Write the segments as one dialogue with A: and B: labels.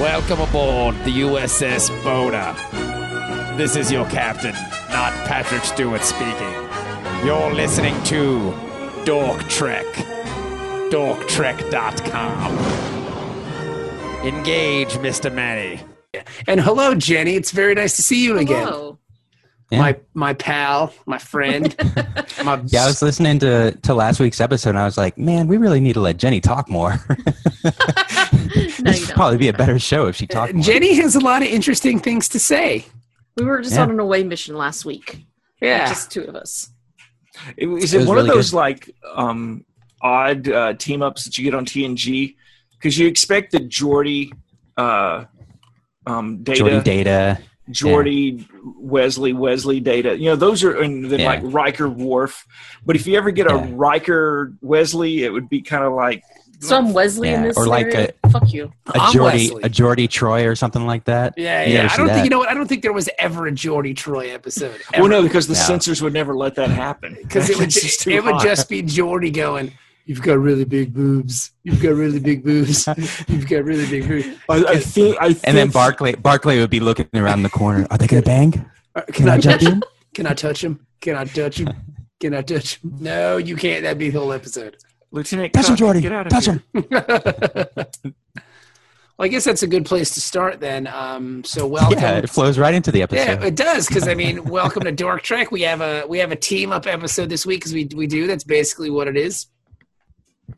A: Welcome aboard the USS Boda. This is your captain, not Patrick Stewart speaking. You're listening to Dork Trek. DorkTrek.com. Engage, Mr. Manny.
B: And hello, Jenny. It's very nice to see you again.
C: Hello.
D: Yeah.
B: My my pal, my friend, my
D: Yeah, I was listening to to last week's episode, and I was like, man, we really need to let Jenny talk more.
C: No,
D: this
C: you
D: would
C: don't.
D: probably be a better show if she talked more.
B: Uh, Jenny has a lot of interesting things to say.
C: We were just
D: Yeah.
C: on an away mission last week.
B: Yeah.
C: Just two of us.
E: It- Is
D: It
E: it,
D: was
E: one of
D: really
E: those like um, odd uh, team ups that you get on TNG? Because you expect the Geordie, uh, um, Data,
D: Jordy
E: Geordie,
D: Data.
E: Wesley, Wesley Data. You know, those are and then
D: Yeah.
E: like Riker Wharf. But if you ever get a
D: Yeah.
E: Riker Wesley, it would be kind of like
C: So I'm Wesley in
D: Yeah,
C: this
D: or like
C: scenario? Fuck you.
D: A
B: I'm
D: Jordy,
B: Wesley.
D: a Jordy Troy or something like that.
B: yeah, yeah. I
D: You never see
B: don't think
D: that.
B: you know what. I don't think there was ever a Geordie Troy episode.
E: well, no, because the
D: No.
E: censors would never let that happen.
B: because it would
E: It's just
B: just
E: too
B: it would
E: hot.
B: just be Geordie going. You've got really big boobs. You've got really big boobs. You've got really big boobs.
E: I, I think, I
D: And then
E: think-
D: Barclay, Barclay would be looking around the corner. Are they gonna bang?
B: Uh, Can
D: Can
B: I
D: I jump
B: touch?
D: in?
B: Can I touch him? Can I touch him? Can I touch him? No, you can't. That'd be the whole episode.
E: Lieutenant,
D: Touch him,
E: Cock,
D: Jordy.
E: get out of
D: Touch
E: here.
D: him.
B: well, I guess that's a good place to start then. Um, so welcome.
D: Yeah,
B: Yeah.
D: it flows right into the episode.
B: it does because I mean, welcome to Dork Trek. We have a we have a team up episode this week because we we do. That's basically what it is.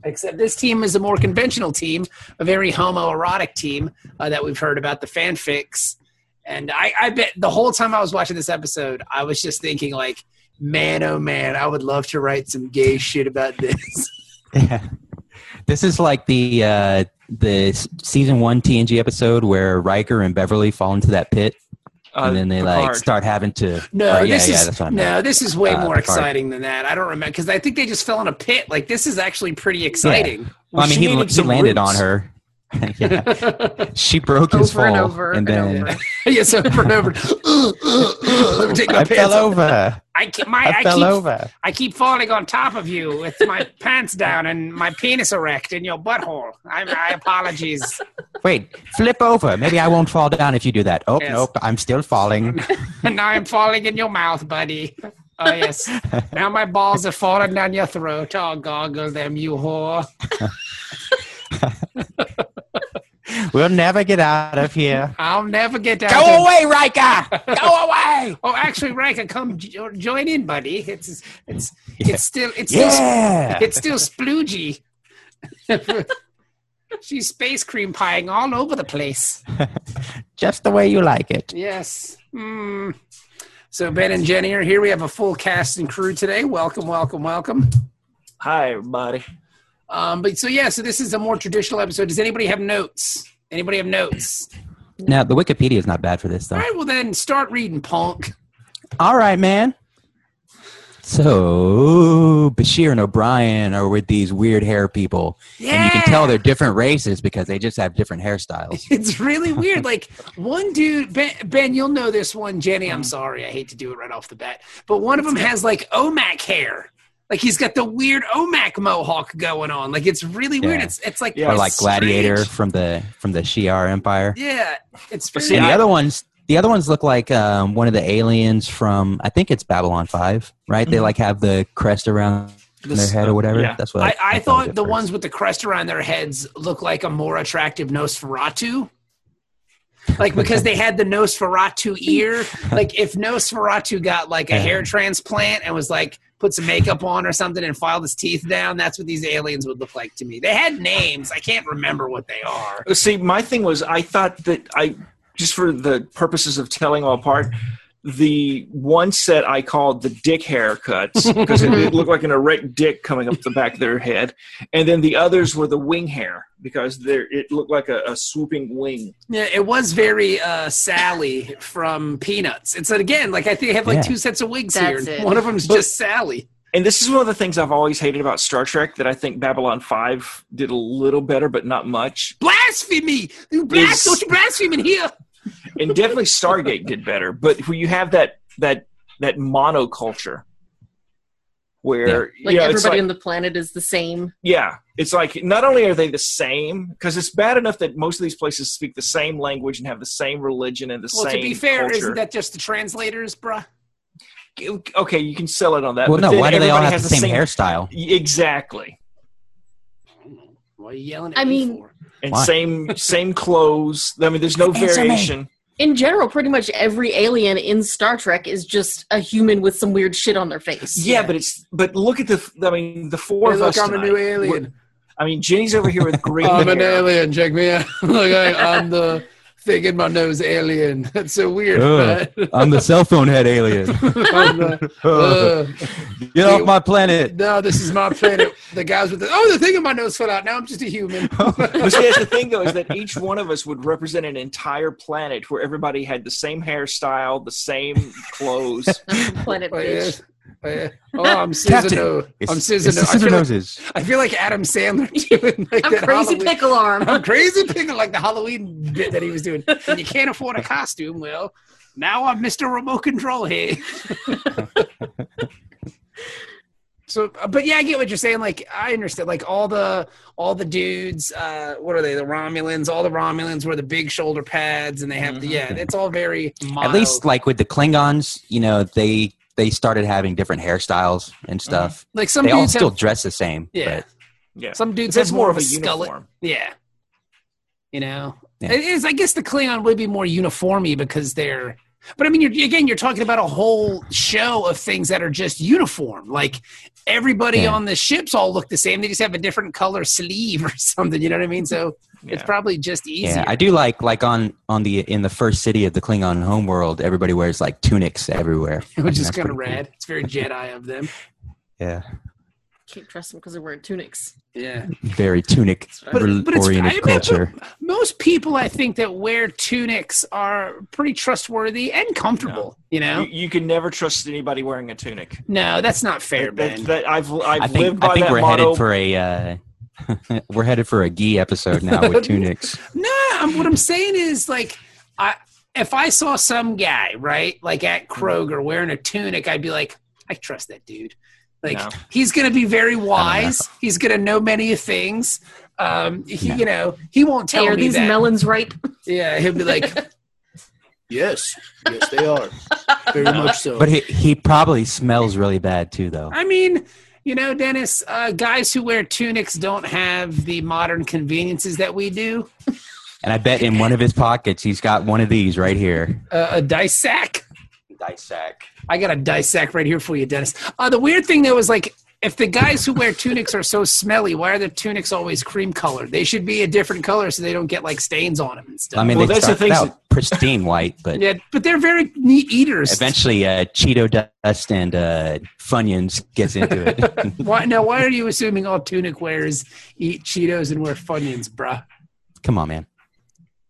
B: Except this team is a more conventional team, a very homoerotic team uh, that we've heard about the fanfics. And I, I bet the whole time I was watching this episode, I was just thinking like, man, oh man, I would love to write some gay shit about this.
D: Yeah. This is like the uh, the s- season one TNG episode where Riker and Beverly fall into that pit,
E: Uh,
D: and then they like
E: Picard.
D: start having to.
B: No,
D: or, Oh, yeah,
B: this
D: yeah,
B: is
D: that's what I meant.
B: no, this is way
D: Uh,
B: more
D: Picard.
B: exciting than that. I don't remember because I think they just fell in a pit. Like this is actually pretty exciting.
D: Well, I mean,
E: she
D: he,
E: needed
D: l- he
E: some
D: landed
E: roots.
D: on her. yeah, she broke his
C: Over and
D: fall,
C: over
D: and
C: and
D: then
C: over.
B: yes, over and over. Ugh, ugh, ugh, let me take my
D: I
B: pants
D: fell
B: off.
D: over.
B: I keep my I,
D: I fell
B: keep
D: over.
B: I keep falling on top of you with my pants down and my penis erect in your butthole. I, I apologies.
D: Wait, flip over. Maybe I won't fall down if you do that. Oh
B: Yes.
D: nope, I'm still falling.
B: and now I'm falling in your mouth, buddy. Oh yes. Now my balls are falling down your throat. Oh goggle them, you whore.
D: We'll never get out of here.
B: I'll never get out. of-
D: Go away, Riker. Go away.
B: Oh, actually, Riker, come jo- join in, buddy. It's it's
D: Yeah.
B: it's still it's still
D: Yeah.
B: it's still sploogey. She's space cream pieing all over the place.
D: Just the way you like it.
B: Yes. Mm. So Ben and Jenny are here. We have a full cast and crew today. Welcome, welcome, welcome.
E: Hi, everybody.
B: Um, but so yeah, so this is a more traditional episode. Does anybody have notes? Anybody have notes?
D: Now the Wikipedia is not bad for this
B: All
D: though.
B: right, well then start reading, punk.
D: All right, man. So Bashir and O'Brien are with these weird hair people,
B: Yeah.
D: and you can tell they're different races because they just have different hairstyles.
B: It's really weird. Like one dude, ben, ben, you'll know this one. Jenny,
D: Mm.
B: I'm sorry, I hate to do it right off the bat, but one of them has like Omac hair. Like he's got the weird Omac mohawk going on. Like it's really weird.
D: Yeah.
B: It's it's like
E: Yeah.
D: or
B: it's
D: like Gladiator
B: strange.
D: from the from the Shi'ar Empire.
B: Yeah, it's
E: But
B: very
E: see,
D: and the
E: I-
D: other ones, the other ones look like um, one of the aliens from I think it's Babylon Five, right?
B: Mm-hmm.
D: They like have the crest around their
E: This-
D: head or whatever.
E: yeah.
D: That's what
B: I, I
D: was
B: thought
D: at
B: the
D: first.
B: ones with the crest around their heads looked like a more attractive Nosferatu. Like because they had the Nosferatu ear. Like if Nosferatu got like a hair transplant and was like put some makeup on or something and filed his teeth down, that's what these aliens would look like to me. They had names. I can't remember what they are.
E: See, my thing was I thought that I just for the purposes of telling all apart, the one set I called the dick haircuts because it, it looked like an erect dick coming up the back of their head, and then the others were the wing hair because there it looked like a, a swooping wing.
B: Yeah, it was very uh, Sally from Peanuts. It's again like I think they have like
D: Yeah.
B: two sets of wigs
C: That's
B: here.
C: it.
B: One of them's
E: But-
B: just Sally.
E: And this is one of the things I've always hated about Star Trek that I think Babylon Five did a little better, but not much.
B: Blasphemy! You blas-
E: Is-
B: don't you blaspheme in here?
E: And definitely Stargate did better, but when you have that that that monoculture. where yeah,
C: Like
E: it's
C: everybody
E: like,
C: on the planet is the same.
E: yeah, it's like not only are they the same because it's bad enough that most of these places speak the same language and have the same religion and the
B: Well, to
E: same.
B: be fair,
E: culture.
B: isn't that just the translators, bruh?
E: okay? You can sell it on that.
D: well,
E: but
D: no.
E: then
D: Why do they all
E: everybody
D: have the
E: has
D: same, hairstyle?
E: Exactly,
B: Why are you yelling at
C: I
B: me
C: mean-
B: for?
E: and
D: Why?
E: same same clothes. I mean, there's no
D: Answer me.
E: variation.
C: In general, pretty much every alien in Star Trek is just a human with some weird shit on their face.
E: Yeah, but it's but look at the. I mean, the four
B: Hey,
E: of
B: look,
E: us.
B: I'm a new
E: tonight,
B: alien.
E: we're- I mean, Jenny's over here with green
B: I'm an
E: hair.
B: alien. Check me out. Look, I, I'm the thing in my nose alien. That's so weird.
D: Ugh.
B: right?
D: I'm the cell phone head alien.
B: I'm the- uh,
D: Get
B: off my
D: planet.
B: no, this is my planet. The guys with the oh, the thing in my nose fell out. Now I'm just a human.
E: But see, that's the thing, though, is that each one of us would represent an entire planet where everybody had the same hairstyle, the same clothes.
C: planet
B: Oh,
C: bitch.
B: yeah. Oh, yeah. oh, I'm
D: Captain,
B: Scisano. I'm
D: it's
B: Scisano.
D: the
B: I,
D: scissor
B: feel like,
D: noses.
B: I feel like Adam Sandler doing like
C: I'm
B: that
C: crazy
B: Halloween-
C: pickle arm.
B: I'm crazy pickle like the Halloween bit that he was doing. And you can't afford a costume. Well, now I'm Mr. Remote Control here. so, uh, but yeah, I get what you're saying. Like, I understand. Like all the all the dudes, uh, what are they? The Romulans. All the Romulans wear the big shoulder pads, and they have the yeah. It's all very mild.
D: Mm-hmm. At least, like with the Klingons, you know, they they started having different hairstyles and
B: Mm-hmm.
D: stuff.
B: like some
D: They all
B: dudes
D: still
B: have
D: dress the same.
B: yeah.
D: but
E: Yeah.
B: Some dudes
E: That's
B: have
E: more of a
B: skullet.
E: uniform.
B: Yeah. You know,
D: Yeah.
B: it is. I guess the Klingon would be more uniformy because they're. But I mean, you're, again, you're talking about a whole show of things that are just uniform. Like everybody
D: Yeah.
B: on the ships all look the same. They just have a different color sleeve or something. You know what I mean? So it's
E: Yeah.
B: probably just easier.
D: yeah, I do like like on on the in the first city of the Klingon homeworld, everybody wears like tunics everywhere,
B: which is
D: That's
B: kind of
D: pretty cool.
B: rad. It's very Jedi of them.
D: Yeah,
C: Can't trust them because they're wearing tunics.
B: Yeah.
D: very tunic
B: But-
D: re-
B: but it's- I
D: oriented
B: remember-
D: culture.
B: Most people, I think, that wear tunics are pretty trustworthy and comfortable. You know?
E: You, you can never trust anybody wearing a tunic.
B: No, that's not fair,
E: That,
B: Ben.
E: that, that- I've, I've
D: I
E: lived
D: think
E: by
D: I think
E: that
D: we're
E: motto.
D: headed for a uh, we're headed for a gi episode now with tunics.
B: No, I'm, what I'm saying is like, I if I saw some guy right, like at Kroger wearing a tunic, I'd be like, I trust that dude. Like
E: No.
B: he's gonna be very wise. He's gonna know many things. Um, he,
D: No.
B: you know, he won't tell
C: Hey, are
B: me
C: these
B: that.
C: melons ripe?
B: yeah, he'll be like,
F: Yes, yes, they are very much so.
D: But he he probably smells really bad too, though.
B: I mean, you know, Dennis, uh, guys who wear tunics don't have the modern conveniences that we do.
D: And I bet in one of his pockets he's got one of these right here.
B: Uh, a dice sack.
D: Dice sack.
B: I got a dissect right here for you, Dennis. Uh, the weird thing though is like, if the guys who wear tunics are so smelly, why are their tunics always cream colored? They should be a different color so they don't get like stains on them and stuff.
D: I mean,
E: Well,
D: they
E: that's the
D: started
E: thing,
D: out pristine white, but
B: yeah, but they're very neat eaters.
D: Um, eventually uh, Cheeto dust and uh, Funyuns gets into it.
B: Why now? Why are you assuming all tunic wearers eat Cheetos and wear Funyuns, bruh?
D: Come on, man.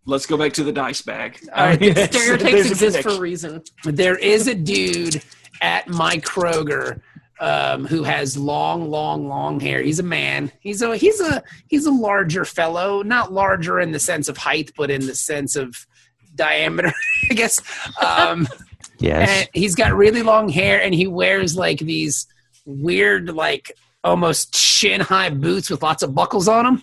E: Let's go back to the dice bag.
B: All right.
E: Yes,
C: Stereotypes
E: there's a
C: exist for a
E: connection.
C: reason.
B: there is a dude at my Kroger um, who has long, long, long hair. He's a man. He's a he's a he's a larger fellow, not larger in the sense of height, but in the sense of diameter, I guess. Um,
D: Yes.
B: and he's got really long hair, and he wears like these weird, like almost shin high boots with lots of buckles on them.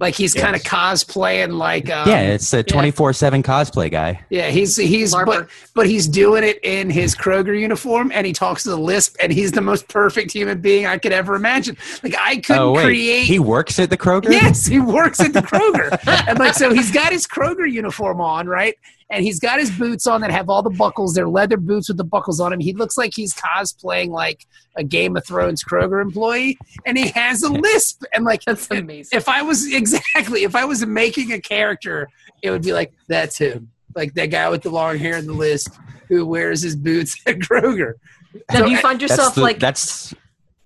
B: Like he's kind of cosplaying, like um,
D: yeah, it's a 24 7 cosplay guy.
B: yeah, he's he's
C: Larper.
B: but but he's doing it in his Kroger uniform, and he talks to the lisp, and he's the most perfect human being I could ever imagine. Like I couldn't
D: Oh, wait.
B: create.
D: He works at the Kroger?
B: yes, he works at the Kroger, and like so he's got his Kroger uniform on, right? And he's got his boots on that have all the buckles. They're leather boots with the buckles on them. He looks like he's cosplaying like a Game of Thrones Kroger employee, and he has a lisp, and like
C: That's amazing.
B: if I was exactly if I was making a character, it would be like that's him, like that guy with the long hair and the list who wears his boots at Kroger.
C: Now,
B: So,
C: do you find
D: That's
C: yourself
D: the-
C: like
D: that's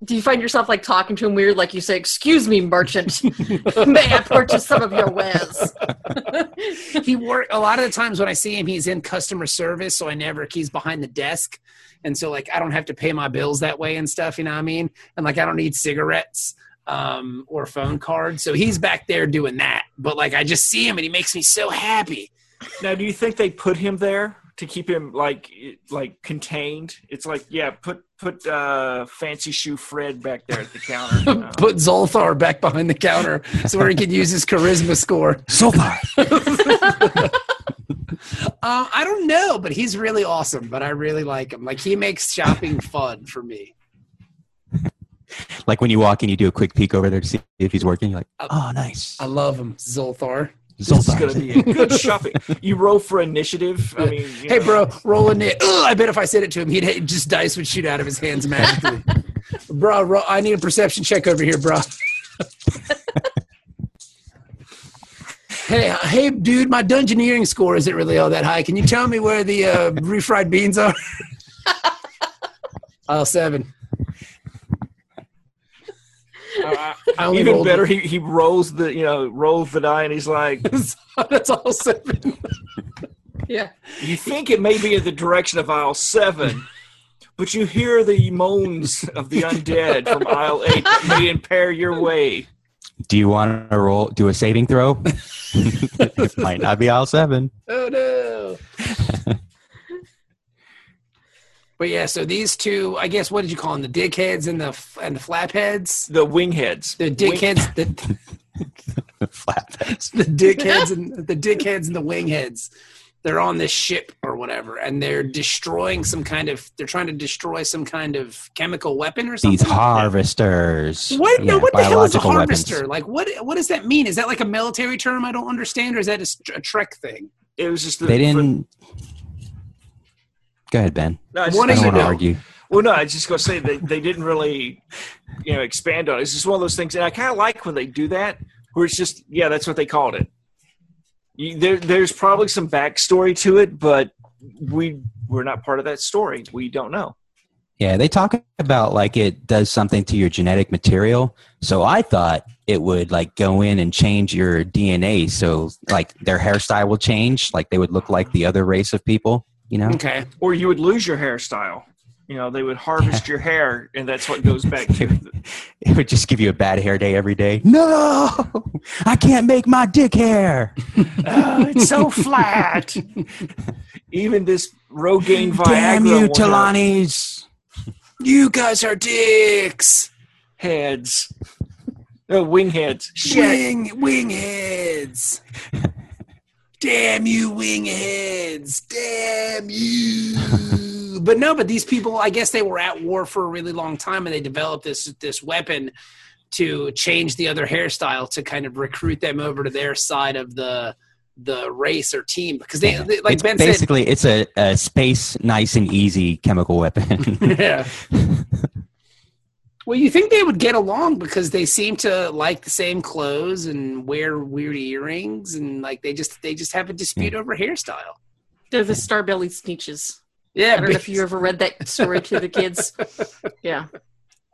C: do you find yourself like talking to him weird, like you say, "Excuse me, merchant, may I purchase some of your wares?"
B: he work a lot of the times when I see him, he's in customer service, so I never he's behind the desk, and so like I don't have to pay my bills that way and stuff. You know what I mean? And like I don't need cigarettes um, or phone cards, so he's back there doing that. But like I just see him, and he makes me so happy.
E: Now, do you think they put him there to keep him like it- like contained. It's like yeah, put put uh, fancy shoe Fred back there at the counter. you know?
B: Put Zolthar back behind the counter so where he can use his charisma score.
D: So far.
B: Um, I don't know, but he's really awesome. But I really like him. Like he makes shopping fun for me.
D: like when you walk in, you do a quick peek over there to see if he's working. You're like,
B: Uh,
D: oh, nice.
B: I love him, Zolthar.
E: this is
D: Zoltar.
E: gonna be a good shopping. You roll for initiative. I mean, you
B: Hey,
E: know.
B: bro, roll a nit. Ugh, I bet if I said it to him, he'd he'd just dice would shoot out of his hands magically. bro, ro- I need a perception check over here, bro. hey, hey, dude, my dungeoneering score isn't really all that high. Can you tell me where the uh, refried beans are? Aisle seven. I, I- I only
E: Even
B: rolled-
E: better, he, he rolls the you know rolls the die and he's like,
B: That's all seven.
C: Yeah.
E: you think it may be in the direction of aisle seven, but you hear the moans of the undead from aisle eight that may impair your way.
D: Do you want to roll? Do a saving throw? it might not be aisle seven.
B: Oh no. but yeah, so these two, I guess, what did you call them? The dickheads and the f- and the flapheads.
E: The wingheads.
B: The dickheads, the,
D: Flatbacks.
B: the dickheads, and the dickheads and the wingheads. They're on this ship or whatever, and they're destroying some kind of. They're trying to destroy some kind of chemical weapon or something.
D: These harvesters.
B: what? no,
D: Yeah,
B: what the hell is a
D: biological weapons.
B: harvester? Like, what? What does that mean? Is that like a military term? I don't understand, or is that a, s- a Trek thing?
E: It was just the,
D: They didn't. Go ahead, Ben.
E: no, I
D: I
B: What do
D: don't
B: you
D: want to
B: know?
D: argue.
E: Well, no, I was just gonna say they, they didn't really, you know, expand on it. It's just one of those things, and I kind of like when they do that, where it's just, yeah, that's what they called it. You, there, there's probably some backstory to it, but we we're not part of that story. We don't know.
D: Yeah, they talk about like it does something to your genetic material. So I thought it would like go in and change your DNA. So like their hairstyle will change. Like they would look like the other race of people, you know?
B: Okay.
E: Or you would lose your hairstyle. You know, they would harvest your hair, and that's what goes back to. the-
D: It would just give you a bad hair day every day. No, I can't make my dick hair.
E: Ah, it's so flat. Even this Rogaine Viagra.
D: Damn you,
E: won't help.
D: Talani's.
B: You guys are dicks.
E: Heads. No, wing heads. Shit.
B: Wing wing heads. Damn you, wing heads. Damn you. but no, but these people, I guess they were at war for a really long time and they developed this this weapon to change the other hairstyle to kind of recruit them over to their side of the the race or team because they, they- like
D: it's
B: Ben said
D: basically it's a, a space nice and easy chemical weapon.
B: yeah. well, you think they would get along because they seem to like the same clothes and wear weird earrings and like they just they just have a dispute over hairstyle.
C: They're the star-bellied sneeches.
B: Yeah,
C: I don't know if you ever read that story to the kids. Yeah.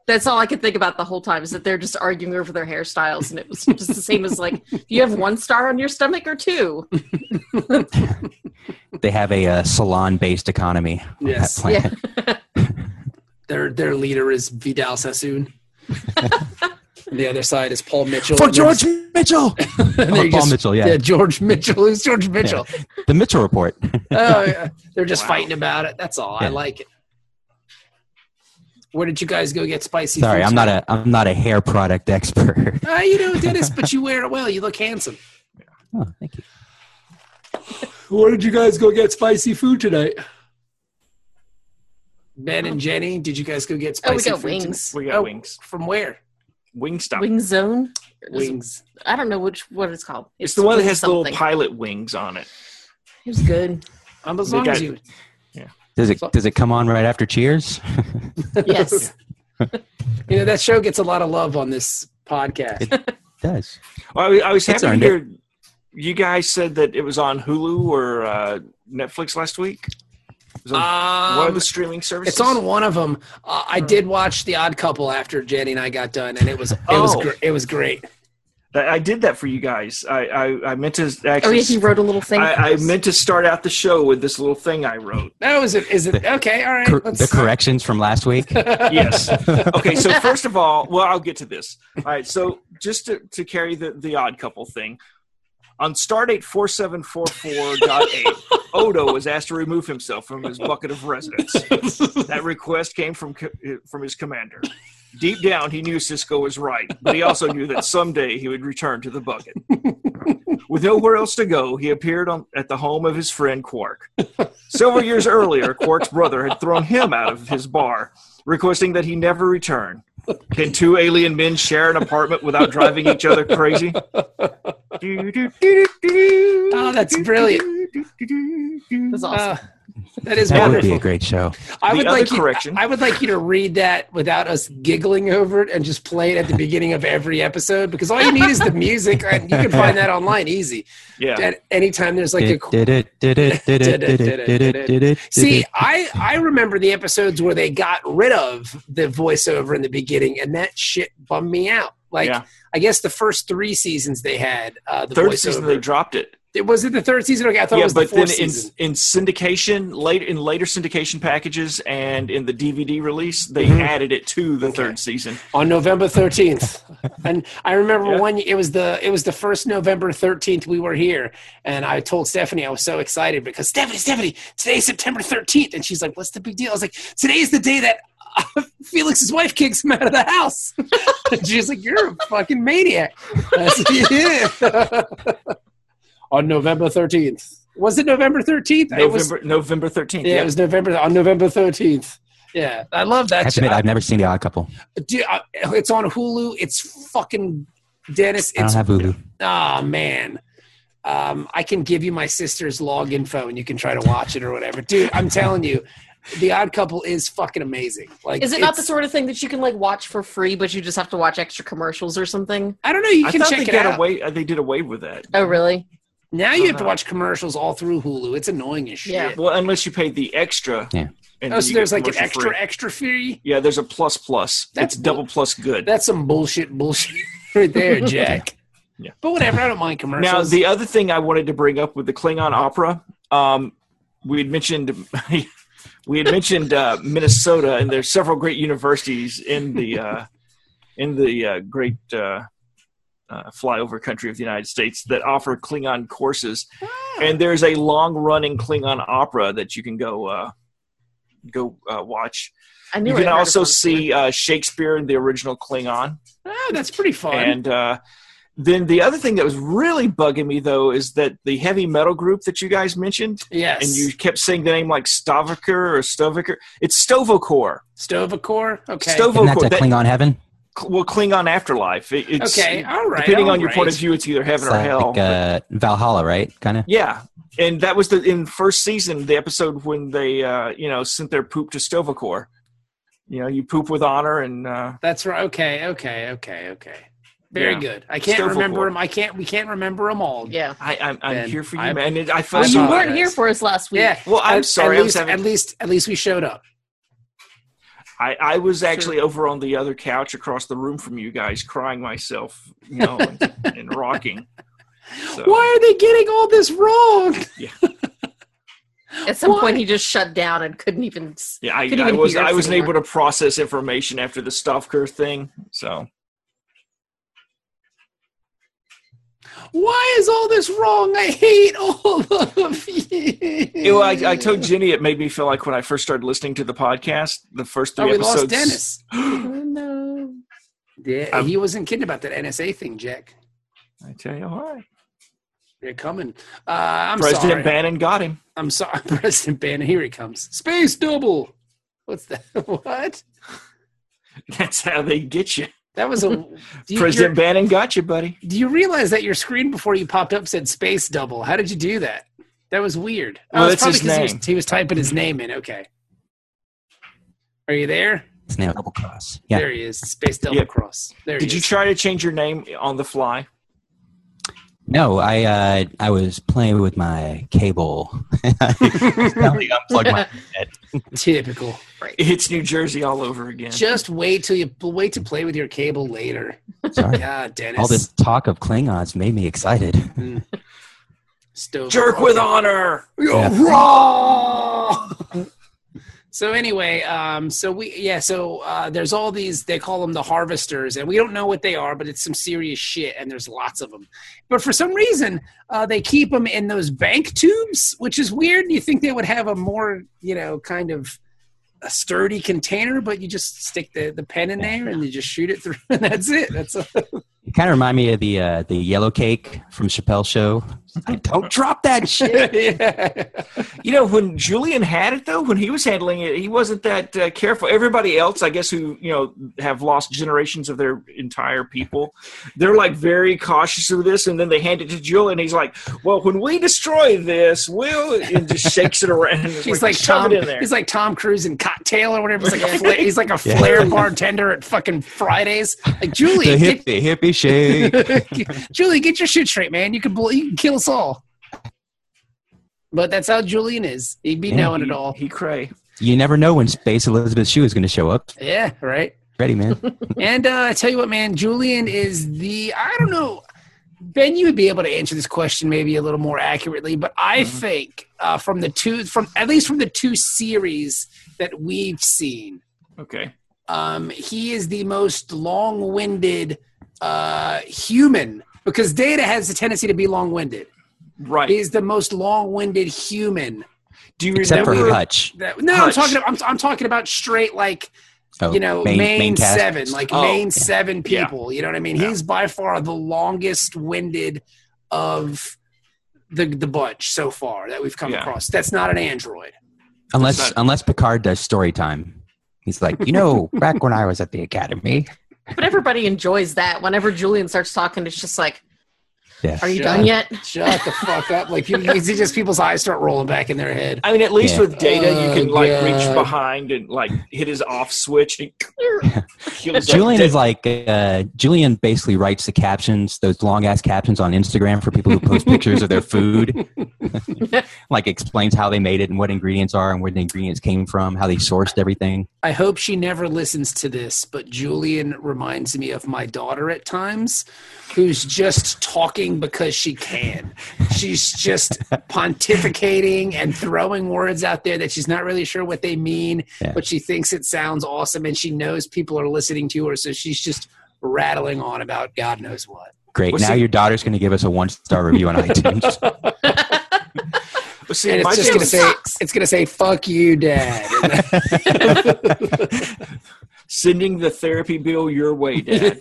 C: That's all I could think about the whole time is that they're just arguing over their hairstyles, and it was just the same as like, do you have one star on your stomach or two?
D: they have a, uh salon based economy. on that
B: Yes.
D: planet.
C: Yeah.
B: their their leader is Vidal Sassoon. And the other side is Paul Mitchell.
D: For
B: And they're
D: George Mitchell.
B: just-
D: Paul
B: they're just-
D: Mitchell, yeah.
B: Yeah, George Mitchell. Who's George Mitchell?
D: The Mitchell Report.
B: Oh, yeah. They're just
E: Wow.
B: fighting about it. That's all. I
D: Yeah.
B: like it. Where did you guys go get spicy?
D: Sorry,
B: foods
D: I'm not
B: from?
D: a I'm not a hair product expert.
B: Ah, you know, Dennis, but you wear it well. You look handsome.
D: Oh, thank you.
B: Where did you guys go get spicy food tonight? Ben and Jenny, did you guys go get
C: Oh, we
B: spicy
C: got
B: food tonight?
C: wings.
E: We got
B: Oh,
E: wings.
B: From where?
E: Wing stop.
C: Wing zone?
B: Wings.
C: I don't know which what it's called.
E: It's, the one that
C: wing
E: has the little
C: something.
E: pilot wings on it.
C: It was good.
B: Um, as
E: They
B: long
E: got-
B: as you.
D: Does it does it come on right after Cheers?
C: Yes.
B: You know, that show gets a lot of love on this podcast.
D: does.
E: Well, I, was- I was
D: It's
E: happy to
D: earned
E: hear you guys said that it was on Hulu or uh, Netflix last week. It was on one of
B: Um,
E: the streaming services.
B: it's on one of them. Uh, I did watch The Odd Couple after Jenny and I got done, and it was it was
E: Oh.
B: gr- it was great.
E: I, I did that for you guys. I I, I meant to
C: Oh
E: actually.
C: yeah, he wrote a little thing.
E: I, I meant to start out the show with this little thing I wrote.
B: That was it. Is it okay? All right.
D: Cor-
B: let's-
D: the corrections from last week.
E: yes. Okay, so first of all, well, I'll get to this. All right, so just to, to carry the, the odd couple thing, On Stardate 4744.8, Odo was asked to remove himself from his bucket of residence. That request came from co- from his commander. Deep down, he knew Cisco was right, but he also knew that someday he would return to the bucket. With nowhere else to go, he appeared on, at the home of his friend Quark. Several years earlier, Quark's brother had thrown him out of his bar, requesting that he never return. Can two alien men share an apartment without driving each other crazy?
B: Oh, that's brilliant.
C: That's awesome.
B: Oh, that is
D: That would
B: wonderful.
D: be a great show.
B: I
E: The
B: would
E: other
B: like you,
E: correction-
B: I would like you to read that without us giggling over it and just play it at the beginning of every episode because all you need is the music and you can find that online easy.
E: Yeah.
B: At any time there's like a
D: Did did it, did it, did it, did it, did it, did it.
B: See, I I remember the episodes where they got rid of the voiceover in the beginning and that shit bummed me out. Like
E: Yeah.
B: I guess the first 3 seasons they had uh the
E: Third
B: voiceover.
E: season, they dropped it.
B: It- was it the third season? Okay, I thought it
E: Yeah,
B: was the
E: but then
B: fourth
E: in,
B: season.
E: in syndication, later in later syndication packages and in the DVD release, they
B: Mm-hmm.
E: added it to the third season.
B: on November 13th. and I remember
E: Yeah.
B: one it was the it was the first November 13th we were here and I told Stephanie I was so excited because Stephanie Stephanie today's September 13th and she's like what's the big deal? I was like today's the day that uh, Felix's wife kicks him out of the house. and she's like you're a fucking maniac. I said, yeah. on November 13th. Was it November 13th? It was
E: November November thirteenth.
B: yeah, it was November on November 13th. Yeah, I love
D: I
B: that.
D: have to
B: shit.
D: admit, I've never seen The Odd Couple.
B: Dude, uh, it's on Hulu. It's fucking Dennis.
D: I don't
B: It's
D: have Hulu.
B: ah man. Um, I can give you my sister's log info, and you can try to watch it or whatever. Dude, I'm telling you, The Odd Couple is fucking amazing. Like,
C: Is it not the
B: it's-
C: sort of thing that you can like watch for free, but you just have to watch extra commercials or something?
B: I don't know. You
E: I
B: can
E: thought
B: check
E: they
B: it
E: got
B: out.
E: away. uh, They did away with that.
C: Oh, really?
B: Now you
E: Oh,
B: have to
E: no.
B: watch commercials all through Hulu. It's annoying as shit.
C: Yeah.
E: Well, unless you paid the extra.
D: Yeah.
E: and
B: Oh,
E: then
B: so
E: you
B: there's like
E: get
B: an
E: commercial
B: extra
E: free.
B: extra fee.
E: Yeah, there's a plus plus.
B: That's
E: it's double plus good.
B: That's some bullshit bullshit right there, Jack.
E: Yeah.
B: But whatever. I don't mind commercials.
E: Now, the other thing I wanted to bring up with the Klingon opera, um, we had mentioned we had mentioned uh, Minnesota, and there's several great universities in the uh, in the uh, great uh, uh, flyover country of the United States that offer Klingon courses,
C: Ah.
E: and there's a long running Klingon opera that you can go. Uh, Go uh, watch.
C: I knew
E: You
C: I
E: can
C: heard
E: also
C: of it.
E: see uh, Shakespeare in the original Klingon.
B: oh, that's pretty fun.
E: And uh, then the other thing that was really bugging me though is that the heavy metal group that you guys mentioned,
B: yes.
E: and you kept saying the name like Stavaker or Stovaker. It's Stovokor.
B: Stovacore. Okay.
D: Isn't that
E: Stovokor.
D: to
E: That
D: Klingon Heaven?
E: will Klingon afterlife. It- it's,
B: okay. All right.
E: Depending
B: all
E: on your point of
B: right.
E: view, it's either heaven
D: It's
E: or hell.
D: like uh, Valhalla, right? Kind of.
E: yeah, and that was the in first season the episode when they uh, you know sent their poop to Stovokor. You know, you poop with honor, and uh,
B: That's right. Okay. Okay. Okay. Okay. Very
E: Yeah.
B: good. I can't
E: Stouffer
B: remember
E: board.
B: them. I can't. We can't remember them all.
C: Yeah.
E: I, I'm, I'm
B: Ben,
E: here for you,
B: I'm-
E: man. And I
C: Well,
E: felt
B: I'm
C: you
E: so-
B: sorry,
C: weren't
B: guys.
C: here for us last week.
B: Yeah.
E: Well, I'm
B: At-
E: sorry.
B: At least,
E: I was having
B: at least, at least we showed up.
E: I, I was actually over on the other couch across the room from you guys, crying myself, you know, and, and rocking. So,
B: Why are they getting all this wrong?
C: At some
B: Why?
C: point, he just shut down and couldn't even. s-
E: Yeah, I,
C: Couldn't
E: I
C: even
E: was
C: hear
E: I
C: us
E: wasn't
C: anymore.
E: able to process information after the Stofker thing. So
B: Why is all this wrong? I hate all of you.
E: You know, I, I told Jenny it made me feel like when I first started listening to the podcast, the first
B: Oh,
E: three
B: we
E: episodes.
B: lost Dennis.
C: Oh, no.
B: Yeah,
E: Um,
B: he wasn't kidding about that NSA thing, Jack.
E: I tell you what,
B: They're coming. Uh, I'm
E: President
B: sorry.
E: Bannon got him.
B: I'm sorry, President Bannon. Here he comes. Space double. What's that? What?
E: That's how they get you.
B: That was a. Do you,
E: President Bannon got you, buddy.
B: do you realize that your screen before you popped up said space double? How did you do that? That was weird. Oh,
E: Well,
B: it's
E: that's his
B: 'cause He
E: name.
B: was, he was typing his name in. Okay. Are you there?
D: It's now Double Cross. Yeah.
B: There he is. Space double
E: Yep.
B: cross. There
E: Did
B: he
E: you
B: is.
E: try to change your name on the fly?
D: No, I uh, I was playing with my cable. Accidentally unplugged my-
B: Typical.
E: It's New Jersey all over again.
B: Just wait till you wait to play with your cable later.
D: Sorry.
B: God, Dennis.
D: All this talk of Klingons made me excited.
B: Stove
E: Jerk with honor.
B: You're wrong. So anyway, um, so we yeah, so uh, there's all these they call them the harvesters, and we don't know what they are, but it's some serious shit, and there's lots of them. But for some reason, uh, they keep them in those bank tubes, which is weird. You think they would have a more you know kind of a sturdy container, but you just stick the, the pen in there and you just shoot it through, and that's it. That's a,
D: It kind of remind me of the uh, the yellow cake from Chappelle's show. I don't drop that shit.
B: yeah.
E: You know, when Julian had it though, when he was handling it, he wasn't that uh, careful. Everybody else, I guess, who you know have lost generations of their entire people, they're like very cautious of this, and then they hand it to Julian. He's like, "Well, when we destroy this, we'll," and just shakes it around.
B: He's like
E: "Shove
B: Tom.
E: it in there."
B: He's like Tom Cruise in Cocktail or whatever. He's like a fla- he's like a flair bartender at fucking Fridays. Like
D: The
B: Julie, get,
D: hippie hippie shake.
B: Julie, get your shit straight, man. You can bl- you can kill us all. But that's how Julian is. He'd be
D: Yeah.
B: knowing it all.
E: He cray.
D: you never know when Space Elizabeth Shue is going to show up.
B: Yeah, right.
D: Ready, man.
B: And uh, I tell you what, man, Julian is the I don't know. Ben, you would be able to answer this question maybe a little more accurately, but I
D: Mm-hmm.
B: think uh, from the two, from at least from the two series that we've seen,
E: Okay.
B: um, he is the most long-winded uh, human because Data has a tendency to be long-winded.
E: Right.
B: He's the most long-winded human.
E: Do you
D: Except for
E: remember?
D: Hutch.
B: That, no, I'm
E: Hutch.
B: talking. I'm, I'm talking about straight like
D: Oh,
B: you know main,
D: cast.
B: seven, like
E: Oh,
B: main
E: yeah.
B: seven
E: Yeah.
B: people. You know what I mean?
E: Yeah.
B: He's by far the longest-winded of the the bunch so far that we've come
E: Yeah.
B: across. That's not an android.
D: Unless
E: That's
D: unless Picard does story time. He's like, you know, back when I was at the academy.
C: But everybody enjoys that. Whenever Julian starts talking, it's just like,
D: Yeah.
C: "Are you
B: Shut
C: done
B: up.
C: yet?"
B: Shut the fuck up! Like you, you see, just people's eyes start rolling back in their head.
E: I mean, at least
D: Yeah.
E: with data, you can
B: Oh,
E: like
B: God.
E: reach behind and like hit his off switch. And kills that
D: Julian
E: dick.
D: is like uh, Julian basically writes the captions, those long ass captions on Instagram for people who post pictures of their food. like explains how they made it and what ingredients are and where the ingredients came from, how they sourced everything.
B: I hope she never listens to this, but Julian reminds me of my daughter at times, who's just talking because she can. She's just pontificating and throwing words out there that she's not really sure what they mean,
D: Yeah.
B: but she thinks it sounds awesome and she knows people are listening to her, so she's just rattling on about God knows what.
D: Great.
E: Well,
D: now
E: see-
D: your daughter's going to give us a one star review on iTunes.
E: Well, see,
B: And
E: my
B: it's just
E: thing
B: gonna
E: is-
B: say it's gonna say, fuck you, dad.
E: sending the therapy bill your way, Dad.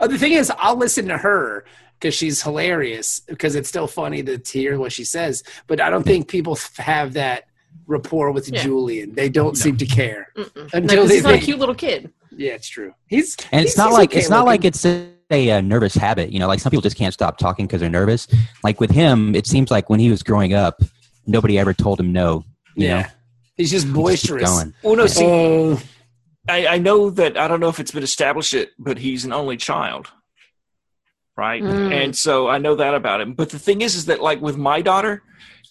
B: Uh, the thing is, I'll listen to her because she's hilarious. Because it's still funny to, to hear what she says. But I don't think people f- have that rapport with
C: Yeah.
B: Julian. They don't seem to care
C: Mm-mm. No,
B: until
C: 'cause
B: they
C: he's not a
B: think.
C: cute little kid.
B: Yeah, it's true. He's
D: and
B: he's-
D: it's not
B: he's
D: like
B: okay
D: it's not
B: looking.
D: like it's a, a, uh, nervous habit you know like some people just can't stop talking because they're nervous like with him it seems like when he was growing up nobody ever told him no you
B: yeah.
D: know
B: He's just
D: He just kept
B: boisterous.
D: going.
E: well, no, see,
B: Oh,
E: I, I know that I don't know if it's been established it, but he's an only child, right?
C: Mm.
E: And so I know that about him. But the thing is, is that like with my daughter,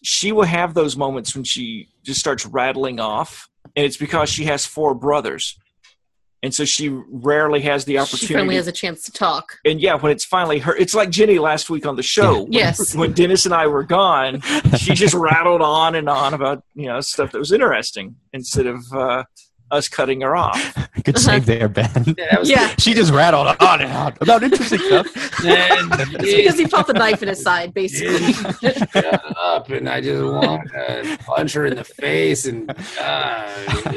E: she will have those moments when she just starts rattling off, and it's because she has four brothers, and so she rarely has the
C: She finally
E: opportunity.
C: has a chance to talk.
E: and yeah, when it's finally her, it's like Jenny last week on the show. When-
C: Yes.
E: When Dennis and I were gone, she just rattled on and on about you know stuff that was interesting instead of uh, us cutting her off.
D: good
B: Uh-huh.
D: save there ben
B: yeah, that was
C: Yeah,
D: she just rattled on and on about interesting stuff
C: it's because he popped a knife in his side, basically.
B: Shut up, and I just want to punch her in the face and. Uh,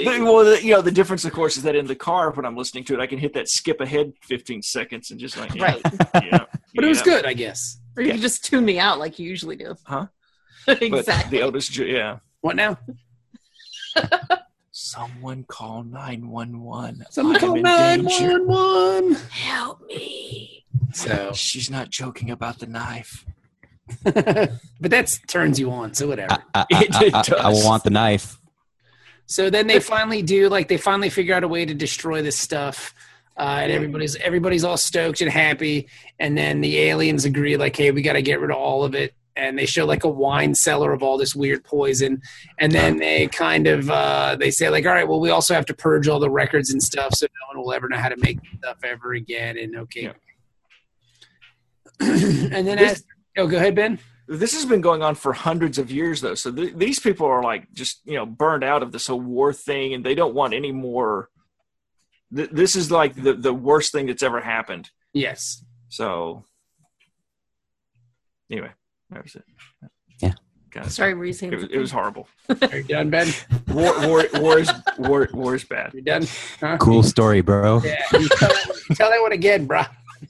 E: well, the, you know, the difference, of course, is that in the car when I'm listening to it, I can hit that skip ahead 15 seconds and just like, yeah,
C: Right.
E: yeah,
B: but it was
E: yeah.
B: good, I guess.
C: Or you just tune me out like you usually do.
E: Huh? But
C: exactly.
E: the eldest, ju- yeah.
B: What now?
E: Someone call 911.
B: Someone
E: I'm
B: call
E: in danger.
B: 911.
C: Help me.
B: So,
E: She's not joking about the knife.
B: but that turns you on, so whatever.
D: I, I,
E: It
D: I, I, I
E: does.
D: want the knife
B: So then they finally do like they finally figure out a way to destroy this stuff, uh, and everybody's everybody's all stoked and happy. And then the aliens agree like, hey, we got to get rid of all of it. And they show like a wine cellar of all this weird poison, and then they kind of uh, they say like, all right, well, we also have to purge all the records and stuff, so no one will ever know how to make stuff ever again. And okay, and then
E: This-
B: as, oh, go ahead, Ben.
E: This has been going on for hundreds of years, though. So th- these people are like just you know burned out of this whole war thing, and they don't want any more. Th- this is like the the worst thing that's ever happened.
B: Yes.
E: So anyway, that was it.
D: Yeah.
E: God, it,
C: Sorry, were you saying?
E: was, it was horrible.
B: Are you done, Ben?
E: War, war, war is war, war is bad.
B: You're done? Huh?
D: Cool story, bro.
B: Yeah. You tell, that- you tell that one again, bro.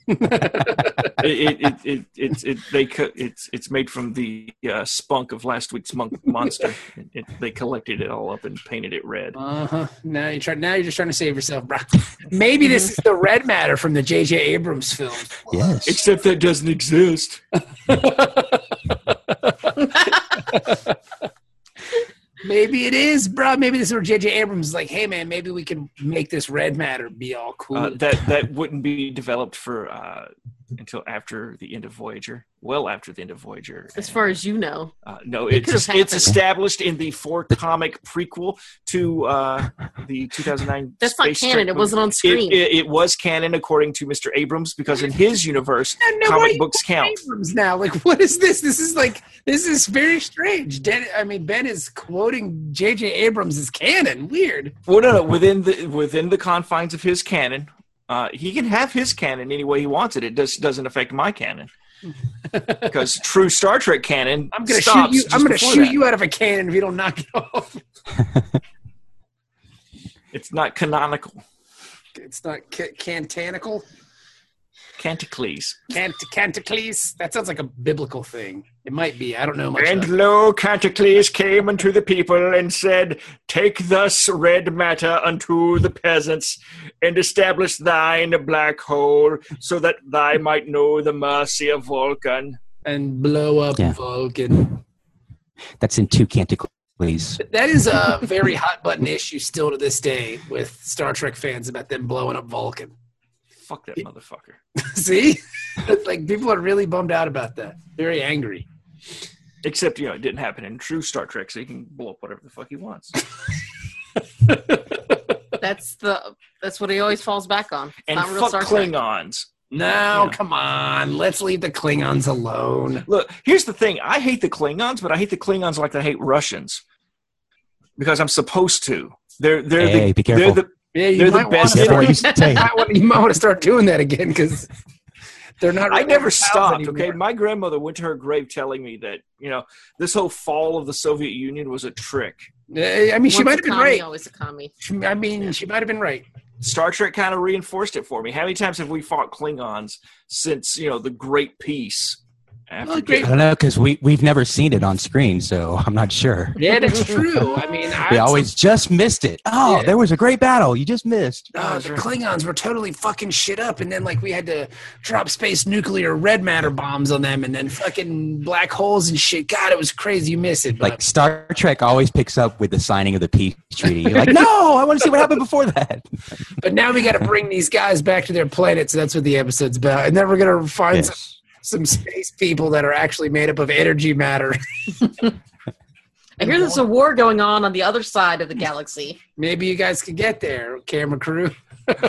E: it, it, it, it, it's it, they co- it's it's made from the uh, spunk of last week's monk monster. It, it, they collected it all up and painted it red.
B: Uh-huh. Now you're trying now you're just trying to save yourself, bro. Maybe this is the red matter from the JJ Abrams film.
D: Yes.
E: Except that doesn't exist.
B: Maybe it is, bro. Maybe this is where JJ Abrams is like, hey man, maybe we can make this red matter be all cool.
E: Uh, that that wouldn't be developed for uh, until after the end of Voyager. Well, after the end of Voyager.
C: as far as you know,
E: uh, no,
C: it could've
E: it's it's
C: happened.
E: established in the four comic prequel to uh, the 2009.
C: that's not
E: Space Trek
C: canon. It
E: movie.
C: wasn't on
E: It,
C: screen.
E: it, it was canon according to Mr. Abrams because in his universe,
B: I don't know why
E: comic
B: you
E: books
B: put
E: count.
B: Abrams now, like, what is this? This is like, this is very strange. Den- I mean, Ben is quoting J.J. Abrams as canon. Weird.
E: Well, no, no, within the within the confines of his canon, uh, he can have his canon any way he wants it. It does doesn't affect my canon because true Star Trek canon.
B: I'm gonna
E: stops
B: shoot you.
E: just
B: I'm gonna
E: before
B: shoot
E: that.
B: you out of a cannon if you don't knock it off.
E: It's not canonical.
B: It's not ca- cantanical.
E: Canticles.
B: Cant- Canticles. That sounds like a biblical thing. It might be. I don't know much.
E: And
B: about it.
E: lo, Canticles came unto the people and said, Take thus red matter unto the peasants, and establish thine black hole, so that thy might know the mercy of Vulcan.
B: And blow up
D: Yeah.
B: Vulcan.
D: That's in two canticles.
B: That is a very hot button issue still to this day with Star Trek fans about them blowing up Vulcan.
E: Fuck that motherfucker.
B: See, like people are really bummed out about that. Very angry.
E: Except, you know, it didn't happen in true Star Trek, so he can blow up whatever the fuck he wants.
C: that's the that's what he always falls back on. It's
E: And
C: not real
E: fuck
C: Star Trek.
E: Klingons.
B: No,
E: Yeah.
B: come on. Let's leave the Klingons alone.
E: Look, here's the thing. I hate the Klingons, but I hate the Klingons like I hate Russians. Because I'm supposed to. They're they're
D: Hey,
E: the
D: be careful.
E: they're the
B: Yeah, you
E: They're the
B: might wanna
E: best
B: start-
D: Careful what you say.
B: you might wanna- you might want to start doing that again because they're not.
E: I
B: really
E: never
B: pals
E: stopped.
B: anymore.
E: Okay, my grandmother went to her grave telling me that you know this whole fall of the Soviet Union was a trick.
B: Yeah, I mean, she
C: Once
B: might
C: a
B: have been
C: commie,
B: right.
C: Always a commie.
B: She- I mean, she might have been right.
E: Star Trek kind of reinforced it for me. How many times have we fought Klingons since you know the Great Peace? After
B: Well, great-
D: I don't know because we we've never seen it on screen, so I'm not sure.
B: Yeah, that's true. I mean, I
D: We always just missed it. Oh,
B: Yeah.
D: there was a great battle. You just missed.
B: Oh, the Klingons were totally fucking shit up, and then like we had to drop space nuclear red matter bombs on them, and then fucking black holes and shit. God, it was crazy. You miss it, but
D: Like Star Trek always picks up with the signing of the peace treaty. You're like, no, I want to see what happened before that.
B: but now we got to bring these guys back to their planet, so that's what the episode's about. And then we're gonna find some,
D: Yes.
B: some space people that are actually made up of energy matter.
C: I hear there's a war going on on the other side of the galaxy.
B: Maybe you guys could get there, camera crew.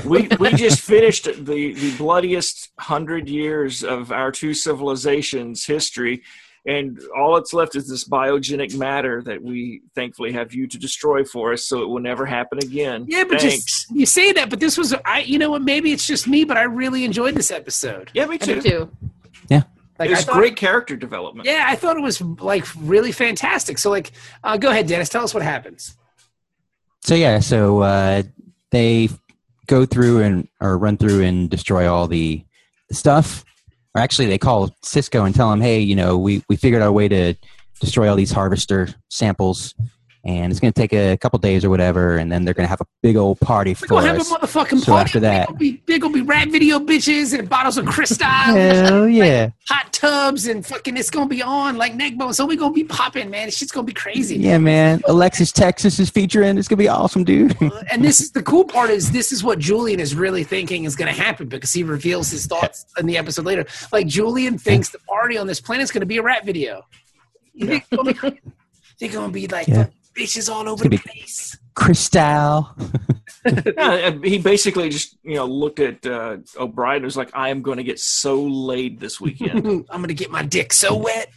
E: we we just finished the the bloodiest hundred years of our two civilizations' history, and all that's left is this biogenic matter that we thankfully have you to destroy for us, so it will never happen again.
B: Yeah, but
E: Thanks.
B: just you say that, but this was I. You know what? Maybe it's just me, but I really enjoyed this episode.
E: yeah, me
C: I
E: too.
C: do too.
B: Like I
E: it's
B: thought-
E: great character development.
B: Yeah, I thought it was like really fantastic. So, like, uh, go ahead, Dennis. Tell us what happens.
D: So yeah, so uh, they go through and or run through and destroy all the stuff. Or actually, they call Cisco and tell him, "Hey, you know, we we figured out a way to destroy all these harvester samples, and it's going to take a couple days or whatever, and then they're going to have a big old party
B: We're
D: for
B: gonna have a
D: us."
B: motherfucking
D: So
B: party.
D: after
B: They're
D: that-
B: gonna be, they're gonna be rap video bitches and bottles of Cristal,
D: Hell yeah,
B: hot tubs, and fucking it's gonna be on like neck bones. So we gonna be popping, man. This shit's gonna be crazy.
D: yeah, man! Alexis Texas is featuring. It's going to be awesome, dude.
B: And this is the cool part is this is what Julian is really thinking is going to happen because he reveals his thoughts in the episode later. Like Julian thinks the party on this planet is going to be a rap video. You think it's gonna be- they're going to be like
D: Yeah.
B: bitches all over
D: gonna
B: the
D: be-
B: place.
D: Cristal.
E: Yeah, and he basically just you know looked at uh, O'Brien and was like, "I am going to get so laid this weekend."
B: I'm gonna get my dick so wet.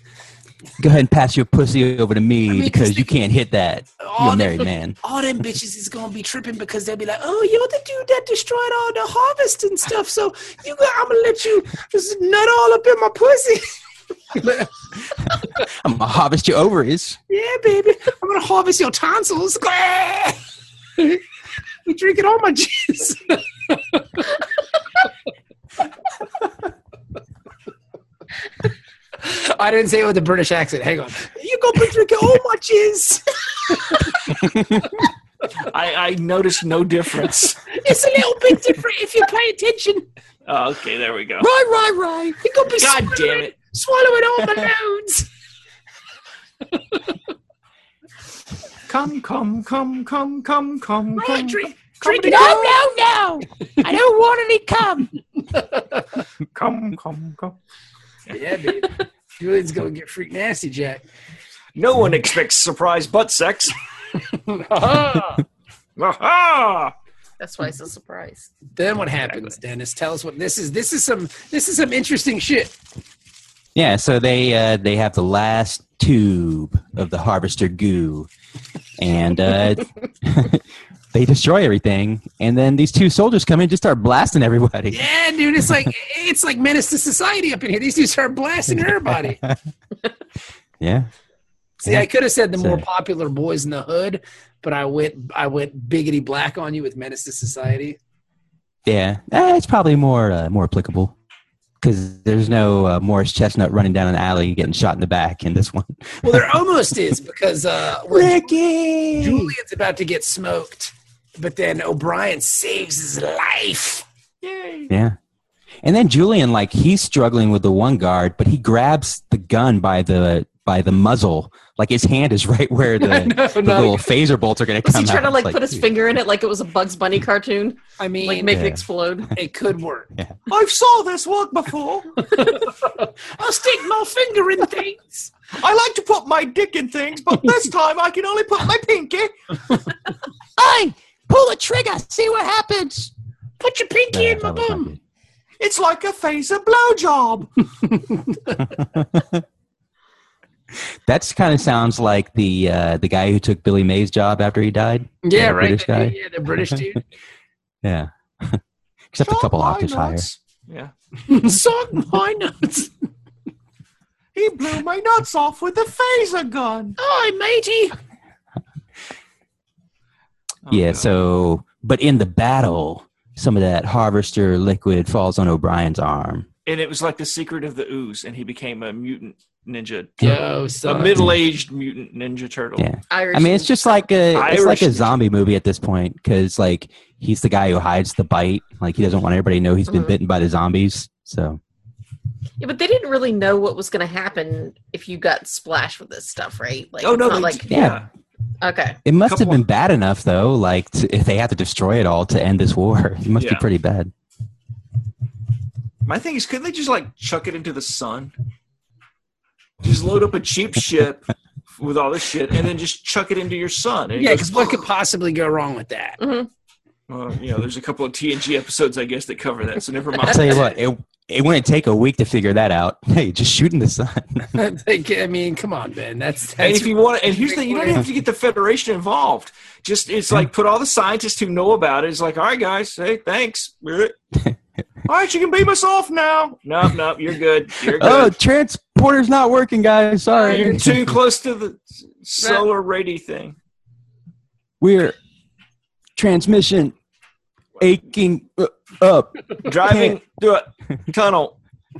D: Go ahead and pass your pussy over to me
B: mean,
D: because
B: just
D: you can't hit that. You're
B: Oh,
D: a married
B: they-
D: man.
B: all them bitches is gonna be tripping because they'll be like, "Oh, you're the dude that destroyed all the harvest and stuff." So you, got, I'm gonna let you just nut all up in my pussy.
D: I'm gonna harvest your ovaries.
B: yeah, baby, I'm gonna harvest your tonsils. we drinking all my juice. I didn't say it with a British accent. Hang on. You gonna be drinking all my juice?
E: I, I noticed no difference.
B: It's a little bit different if you pay attention.
E: Oh, okay, there we go.
C: Right, right, right.
B: You gonna be
E: God damn
B: swallowing-
E: it.
B: swallowing all my loads.
E: Come, come, come, come, come, come, come.
B: drink, drink it all.
C: no, no. I don't want any cum.
E: Come, come, come.
B: Yeah, dude. Julian's gonna get freak nasty, Jack.
E: No one expects surprise butt sex.
B: then
E: Aha!
C: That's why it's a surprise.
B: what happens, Dennis? Tell us what this is. This is some. This is some interesting shit.
D: Yeah, so they uh, they have the last tube of the harvester goo, and uh, they destroy everything. And then these two soldiers come in and just start blasting everybody.
B: Yeah, dude. It's like it's like menace to society up in here. These dudes are blasting everybody.
D: Yeah.
B: See, I could have said the more
D: So-
B: popular boys in the hood, but I went I went biggity black on you with menace to society.
D: Yeah, Eh, it's probably more uh, more applicable because there's no uh, Morris Chestnut running down an alley and getting shot in the back in this one.
B: Well, there almost is because uh, when
D: Ricky,
B: Julian's about to get smoked, but then O'Brien saves his life.
D: yeah, and then Julian like he's struggling with the one guard, but he grabs the gun by the by the muzzle, like his hand is right where the,
B: I know,
D: the
B: no.
D: little phaser bolts are gonna
C: Was
D: come
C: he trying
D: out.
C: to like,
D: It's
C: put his
D: dude,
C: finger in it like it was a Bugs Bunny cartoon?
B: I mean,
C: Like make
D: Yeah.
C: it explode.
B: it could work.
E: I've saw this work before.
B: I'll stick my finger in things.
E: I like to put my dick in things, but this time I can only put my pinky.
C: Hey, pull the trigger. See what happens.
B: Put your pinky
D: yeah,
B: in my
D: that was not
B: bum.
D: good.
E: It's like a phaser blowjob.
D: That's kind of sounds like the uh, the guy who took Billy May's job after he died.
B: Yeah,
D: The
B: right.
D: British
B: yeah,
D: guy.
B: yeah, the British dude.
D: Yeah, except a couple octaves higher.
E: Yeah.
B: Suck my nuts.
E: He blew my nuts off with a phaser gun. Oh,
B: Hi, matey.
D: yeah, so but in the battle, some of that harvester liquid falls on O'Brien's arm.
E: And it was like the secret of the ooze, and he became a mutant ninja.
B: Yo, son.
E: A middle aged mutant ninja turtle.
D: Yeah.
C: Irish.
D: I mean, it's just like a it's like a
E: Irish-
D: zombie movie at this point cuz like he's the guy who hides the bite, like he doesn't want everybody to know he's been
E: Mm-hmm.
C: Mhm.
D: bitten by the zombies. So,
C: Yeah, but they didn't really know what was going to happen if you got splashed with this stuff, right? Like,
E: Oh,
C: it's
E: no.
C: not
E: They,
C: like
D: yeah.
E: yeah.
C: okay,
D: it must have
E: Couple-
D: been bad enough though, like to, if they had to destroy it all to end this war. It must
E: Yeah.
D: be pretty bad.
E: My thing is, couldn't they just like chuck it into the sun? Just load up a cheap ship with all this shit and then just chuck it into your sun. And it
B: Yeah,
E: goes-
B: because what could possibly go wrong with that?
E: Well, you know, there's a couple of TNG episodes, I guess, that cover that. So never
D: I'll
E: mind.
D: tell you what, it it wouldn't take a week to figure that out. Hey, just shoot in the sun.
B: Like, I mean, come on, Ben. That's
E: And
B: that's
E: if you want, and here's the thing, you don't have to get the Federation involved. Just it's like put all the scientists who know about it. It's like, all right, guys, hey, thanks. All right, you can beam us off now. No, no, you're good. You're
D: oh,
E: good.
D: transporter's not working, guys. Sorry.
E: you're too close to the solar rady thing.
D: We're transmission aching uh, up.
E: Driving through a tunnel.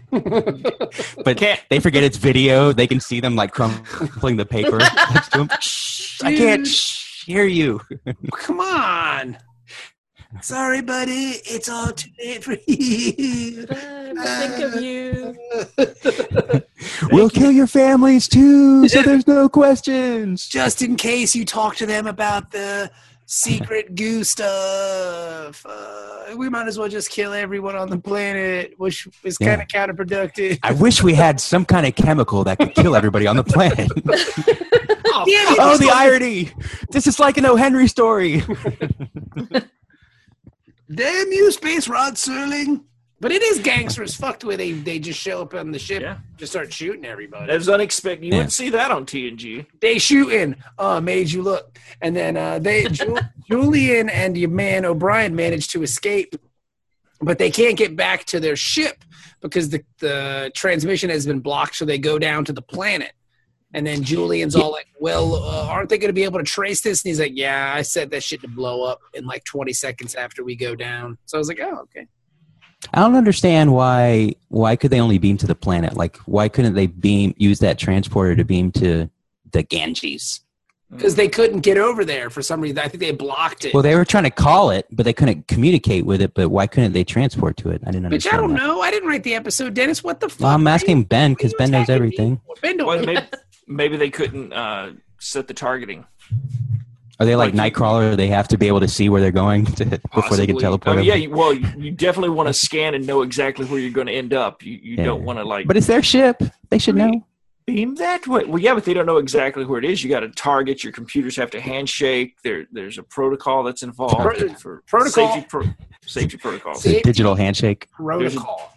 D: But
E: Can't.
D: they forget it's video. They can see them like crumpling the paper. next to 'em. Shh, I can't shh, hear you.
B: come on. Sorry, buddy. It's all too late for you.
C: think of you.
D: we'll kill your families too, so there's no questions.
B: Just in case you talk to them about the secret goo stuff, uh, we might as well just kill everyone on the planet, which is
D: Yeah.
B: kind of counterproductive.
D: I wish we had some kind of chemical that could kill everybody on the planet.
B: Damn it,
D: oh, the irony! This is like an O. Henry story.
B: Damn you, Space Rod Serling. But it is gangster as fuck the way they, they just show up on the ship,
E: Yeah.
B: just start shooting everybody.
E: That was unexpected. You
D: Yeah.
E: wouldn't see that on TNG.
B: they shooting. Uh, made you look. And then uh, they Ju- Julian and your man O'Brien manage to escape, but they can't get back to their ship because the, the transmission has been blocked. So they go down to the planet. And then Julian's all like, "Well, uh, aren't they going to be able to trace this?" And he's like, "Yeah, I said that shit to blow up in like 20 seconds after we go down." So I was like, "Oh, okay."
D: I don't understand why why could they only beam to the planet? Like why couldn't they beam use that transporter to beam to the Ganges?
B: Because they couldn't get over there for some reason. I think they blocked it.
D: Well, they were trying to call it, but they couldn't communicate with it. But why couldn't they transport to it? I didn't
B: Bitch,
D: understand.
B: I don't
D: that.
B: know. I didn't write the episode, Dennis. What the fuck?
D: Well, I'm
B: Why are you-
D: asking Ben
B: why are
D: because
B: you
D: Ben knows
B: attacking me?
D: everything.
B: Ben don't
E: Well,
B: know.
E: maybe, maybe they couldn't uh, set the targeting.
D: Are they like
E: Like-
D: Nightcrawler? They have to be able to see where they're going to, before they can
E: Possibly.
D: teleport.
E: I mean,
D: over?
E: yeah, you, well, you, you definitely want to scan and know exactly where you're going to end up. You, you
D: Yeah.
E: don't want to like
D: but it's their ship. They should know.
E: beam that way. Well, yeah, but they don't know exactly where it is. You got to target. Your computers have to handshake. There, there's a protocol that's involved
B: Pro-
E: for
B: protocol.
E: safety, pro- safety protocols.
D: It's a
B: See-
D: digital handshake.
B: protocol.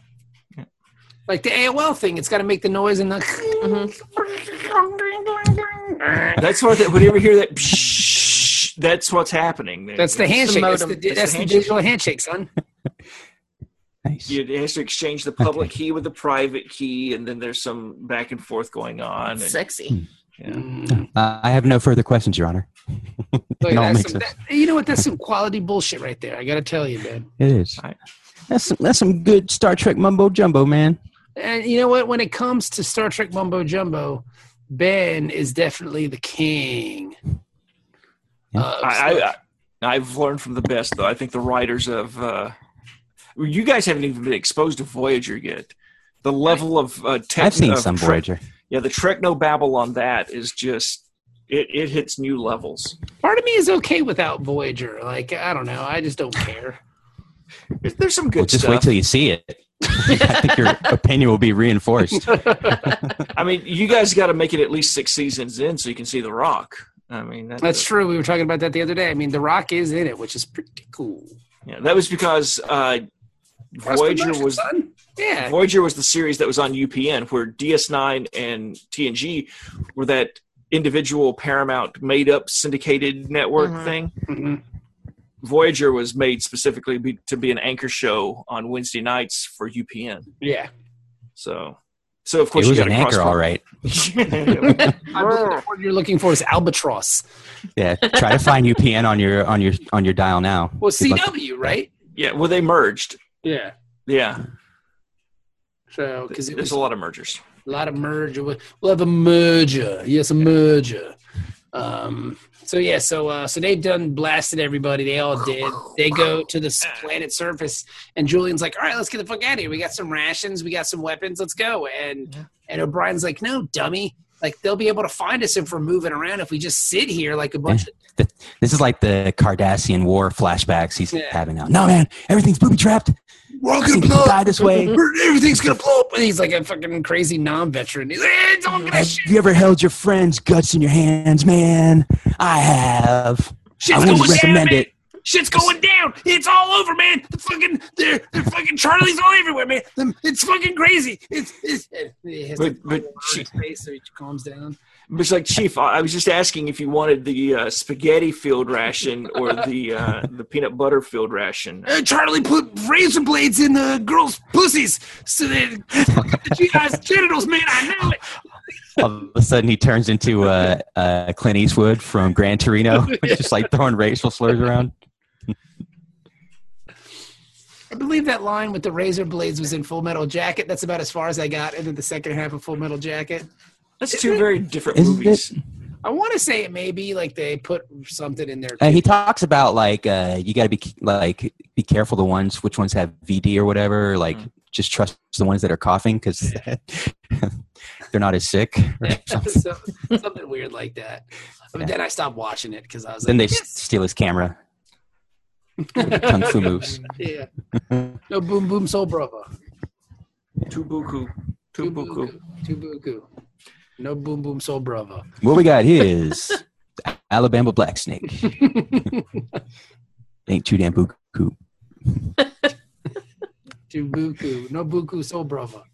B: Like the AOL thing, it's got to make the noise and the.
E: That's what. That, whenever you hear that, psh, that's what's happening. There.
B: That's the handshake. That's the,
C: modem.
B: di- that's
E: That's
B: the
E: the
B: digital handshake, son.
D: Nice.
E: You it has to exchange the public key with the private key, and then there's some back and forth going on. and-
C: Sexy.
E: yeah.
D: Uh, I have no further questions, Your Honor.
B: Like,
D: It all
B: Mm. that's
D: makes
B: some-
D: sense.
B: that- you know what? That's some quality bullshit right there. I got to tell you, man.
D: It is.
E: Alright.
D: That's some, that's some good Star Trek mumbo jumbo, man.
B: And you know what? When it comes to Star Trek mumbo jumbo, Ben is definitely the king.
D: Yeah.
B: Uh,
E: I, I, I, I've learned from the best, though. I think the writers of uh, well, you guys haven't even been exposed to Voyager yet. The level of uh, tech,
D: I've seen
E: of
D: some
E: Trek-
D: Voyager.
E: Yeah, the Trek No Babble on that is just it, it hits new levels.
B: part of me is okay without Voyager. Like I don't know. I just don't care.
E: There's, there's some good
D: Well, just
E: stuff.
D: wait till you see it. I think your opinion will be reinforced.
E: I mean, you guys got to make it at least six seasons in so you can see The Rock. I mean, that,
B: That's true. We were talking about that the other day. I mean, The Rock is in it, which is pretty cool.
E: Yeah, that was because uh, Voyager
B: Cross-promotion,
E: was
B: son. yeah.
E: Voyager was the series that was on UPN, where DS9 and TNG were that individual Paramount made up syndicated network
C: Mhm.
E: thing.
B: Mhm.
E: Voyager was made specifically be, to be an anchor show on Wednesday nights for UPN.
B: Yeah.
E: So, so of
D: It
E: course
D: was
E: you
D: an
E: got
D: anchor, all right.
B: I believe the word you're looking for is albatross.
D: Yeah, try to find UPN on your on your on your dial now.
B: Well,
D: Good luck.
B: CW, right?
E: yeah, well, they merged.
B: Yeah.
E: Yeah,
B: So because it
E: there's
B: was
E: a
B: a
E: lot of mergers.
B: lot of merger. We'll have a merger. Yes, a merger. Um, so yeah, so uh, so they've done blasted everybody. They all did. They go to the s- planet surface, and Julian's like, "All right, let's get the fuck out of here. We got some rations. We got some weapons. Let's go." And and O'Brien's like, "No, dummy. Like they'll be able to find us if we're moving around. If we just sit here like a bunch of
D: This is like the Cardassian war flashbacks he's
B: Yeah.
D: having now. No, man, everything's booby trapped.
B: we're all
D: People die this way.
B: Everything's gonna blow up. And he's like a fucking crazy non-veteran. He's like, "Eh, it's all gonna
D: Have
B: shit.
D: you ever held your friend's guts in your hands, man? I have.
B: Shit's
D: I wouldn't
B: going down,
D: recommend
B: man.
D: it.
B: Shit's going down. It's all over, man. The fucking they're, they're fucking Charlie's all everywhere, man. Them- It's fucking crazy. It's it's. He has
E: But-
B: to put
E: but
B: water in his face so he calms down.
E: But It's like, Chief, I I was just asking if you wanted the uh, spaghetti field ration or the uh, the peanut butter field ration.
B: Uh, Charlie put razor blades in the girls' pussies so that the GI's genitals, man. I know it.
D: All of a sudden, he turns into uh, uh, Clint Eastwood from Gran Torino, just like throwing racial slurs around.
B: I believe that line with the razor blades was in Full Metal Jacket. That's about as far as I got into the second half of Full Metal Jacket.
E: That's two very different
D: Isn't
E: movies.
B: I want to say it may be like they put something in there.
D: Uh, he talks about like uh, you got to be like be careful the ones which ones have VD or whatever. Like just trust the ones that are coughing because they're not as sick. or something.
B: so, something weird like that. But then I stopped watching it because I was
D: then they
B: like,
D: s- steal his camera. Kung Fu moves.
B: yeah. No, boom, boom, soul brother.
E: Tubuku. Tubuku.
B: Tubuku. No, boom, boom, soul brother.
D: What we got here is Alabama black snake. Ain't too damn buku.
B: to buku. No buku, so brava.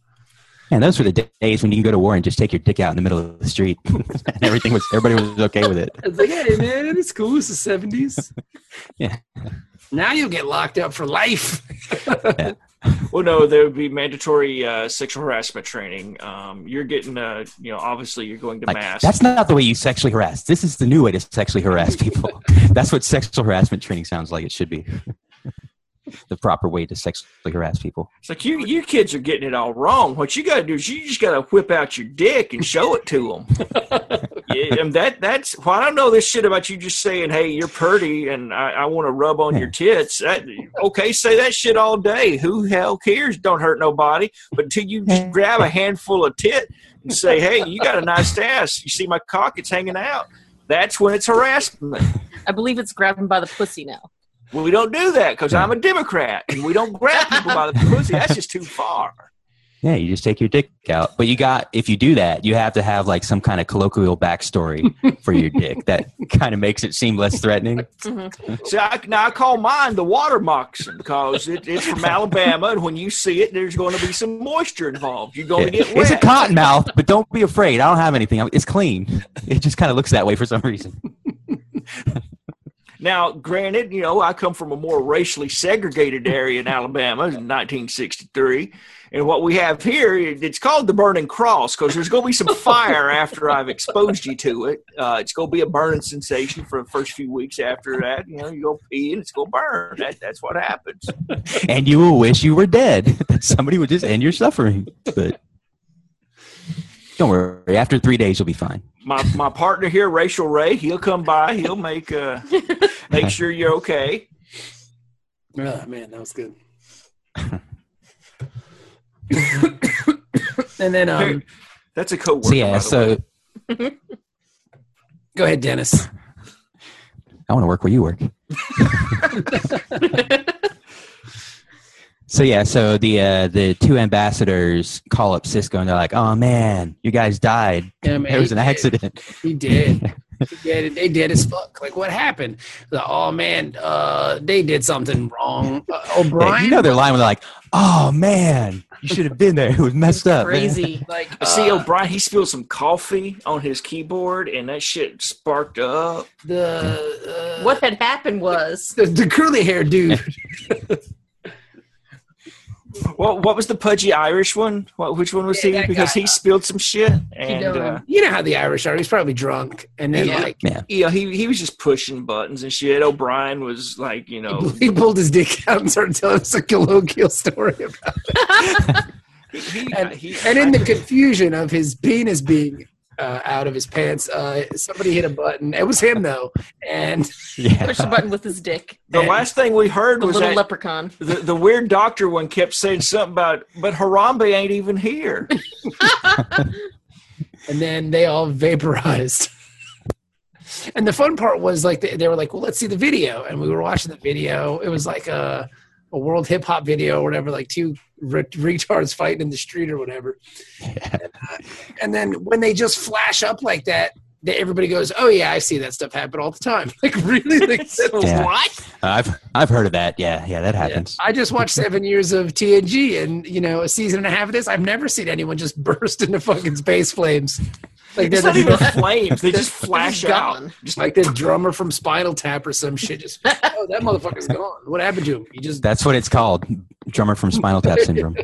D: And those were the da- days when you can go to war and just take your dick out in the middle of the street, and everything was everybody was okay with it.
B: It's like, hey man, it's cool. It's the seventies.
D: Yeah.
B: Now you'll get locked up for life.
E: Well, Oh, no, there would be mandatory uh, sexual harassment training. Um, you're getting, uh, you know, obviously you're going to
D: Like
E: mass.
D: that's not the way you sexually harass. This is the new way to sexually harass people. that's what sexual harassment training sounds like. It should be the proper way to sexually harass people.
E: It's like you, you kids are getting it all wrong. What you got to do is you just got to whip out your dick and show it to them. yeah, and that that's well, I don't know this shit about you just saying, "Hey, you're pretty," and I, I want to rub on your tits. That, okay, say that shit all day. Who hell cares? Don't hurt nobody. But until you just grab a handful of tit and say, "Hey, you got a nice ass. You see my cock? It's hanging out." That's when it's harassment.
C: I believe it's grabbing by the pussy now.
E: We don't do that because I'm a Democrat, and we don't grab people by the pussy. That's just too far.
D: Yeah, you just take your dick out. But you got if you do that, you have to have like some kind of colloquial backstory for your dick that kind of makes it seem less threatening.
E: See, I, now I call mine the water moccasin because it, it's from Alabama, and when you see it, there's going to be some moisture involved. You're going to get
D: It's a
E: wet.
D: cotton mouth, but don't be afraid. I don't have anything. I'm- It's clean. It just kind of looks that way for some reason.
E: now, granted, you know I come from a more racially segregated area in Alabama in 1963, and what we have here it- it's called the burning cross because there's going to be some fire after I've exposed you to it. Uh, it's going to be a burning sensation for the first few weeks after that. You know, you go pee and it's going to burn. That, that's what happens.
D: And you will wish you were dead. That Somebody would just end your suffering. But don't worry. After three days, you'll be fine.
E: my my partner here, Racial Ray, he'll come by. He'll make uh make sure you're okay.
B: Oh, man, that was good. and then, um,
E: That's a coworker.
D: So yeah.
E: by the way.
D: So
B: go ahead, Dennis.
D: I want to work where you work. so yeah, so the uh, the two ambassadors call up Cisco and they're like, "Oh man, you guys died.
B: Yeah, man,
D: There was
B: he
D: an
B: did.
D: accident."
B: He did. He did. They did as fuck. Like, what happened? The, oh, man, uh, they did something wrong. Uh,
D: Yeah,
B: O'Brien,
D: you know they're lying when they're like, "Oh man, you should have been there. It was messed up." man."
C: Crazy.
B: like,
E: I see
B: uh,
E: O'Brien, he spilled some coffee on his keyboard and that shit sparked up.
B: the, uh,
C: What had happened was
B: the, the curly hair dude.
E: What what was the pudgy Irish one? What which one was
B: Yeah,
E: he?
B: that
E: Because
B: guy.
E: he spilled some shit
B: you,
E: and
B: know,
E: uh,
B: you know how the Irish are. He's probably drunk. And then,
E: Yeah.
B: like,
E: yeah, he he was just pushing buttons and shit. O'Brien was like, you know,
B: he pulled his dick out and started telling us a colloquial story about
E: he,
B: and,
E: he-
B: and in the confusion of his penis being uh, out of his pants, uh, somebody hit a button. It was him though, and
D: Yeah.
C: push the button with his dick.
E: the last thing we heard
C: The
E: was
C: little
E: that
C: leprechaun.
E: the, the weird doctor one kept saying something about, but Harambe ain't even here.
B: and then they all vaporized. and the fun part was like they, they were like, "Well, let's see the video," and we were watching the video. It was like a a world hip hop video or whatever, like two re- retards fighting in the street or whatever. And, uh, and then when they just flash up like that. that Everybody goes, oh yeah, I see that stuff happen all the time. Like really, like
D: Yeah.
B: what?
D: I've I've heard of that. Yeah, yeah, that happens.
B: I just watched seven years of TNG and you know a season and a half of this. I've never seen anyone just burst into fucking space flames. Like they're
E: It's not
B: the,
E: even flames. They just flash
C: He's
E: out.
C: gone.
E: Just like
B: like the drummer from Spinal Tap or some shit. Just oh that motherfucker's gone. What happened to him? He just
D: That's what it's called. Drummer from Spinal Tap Syndrome.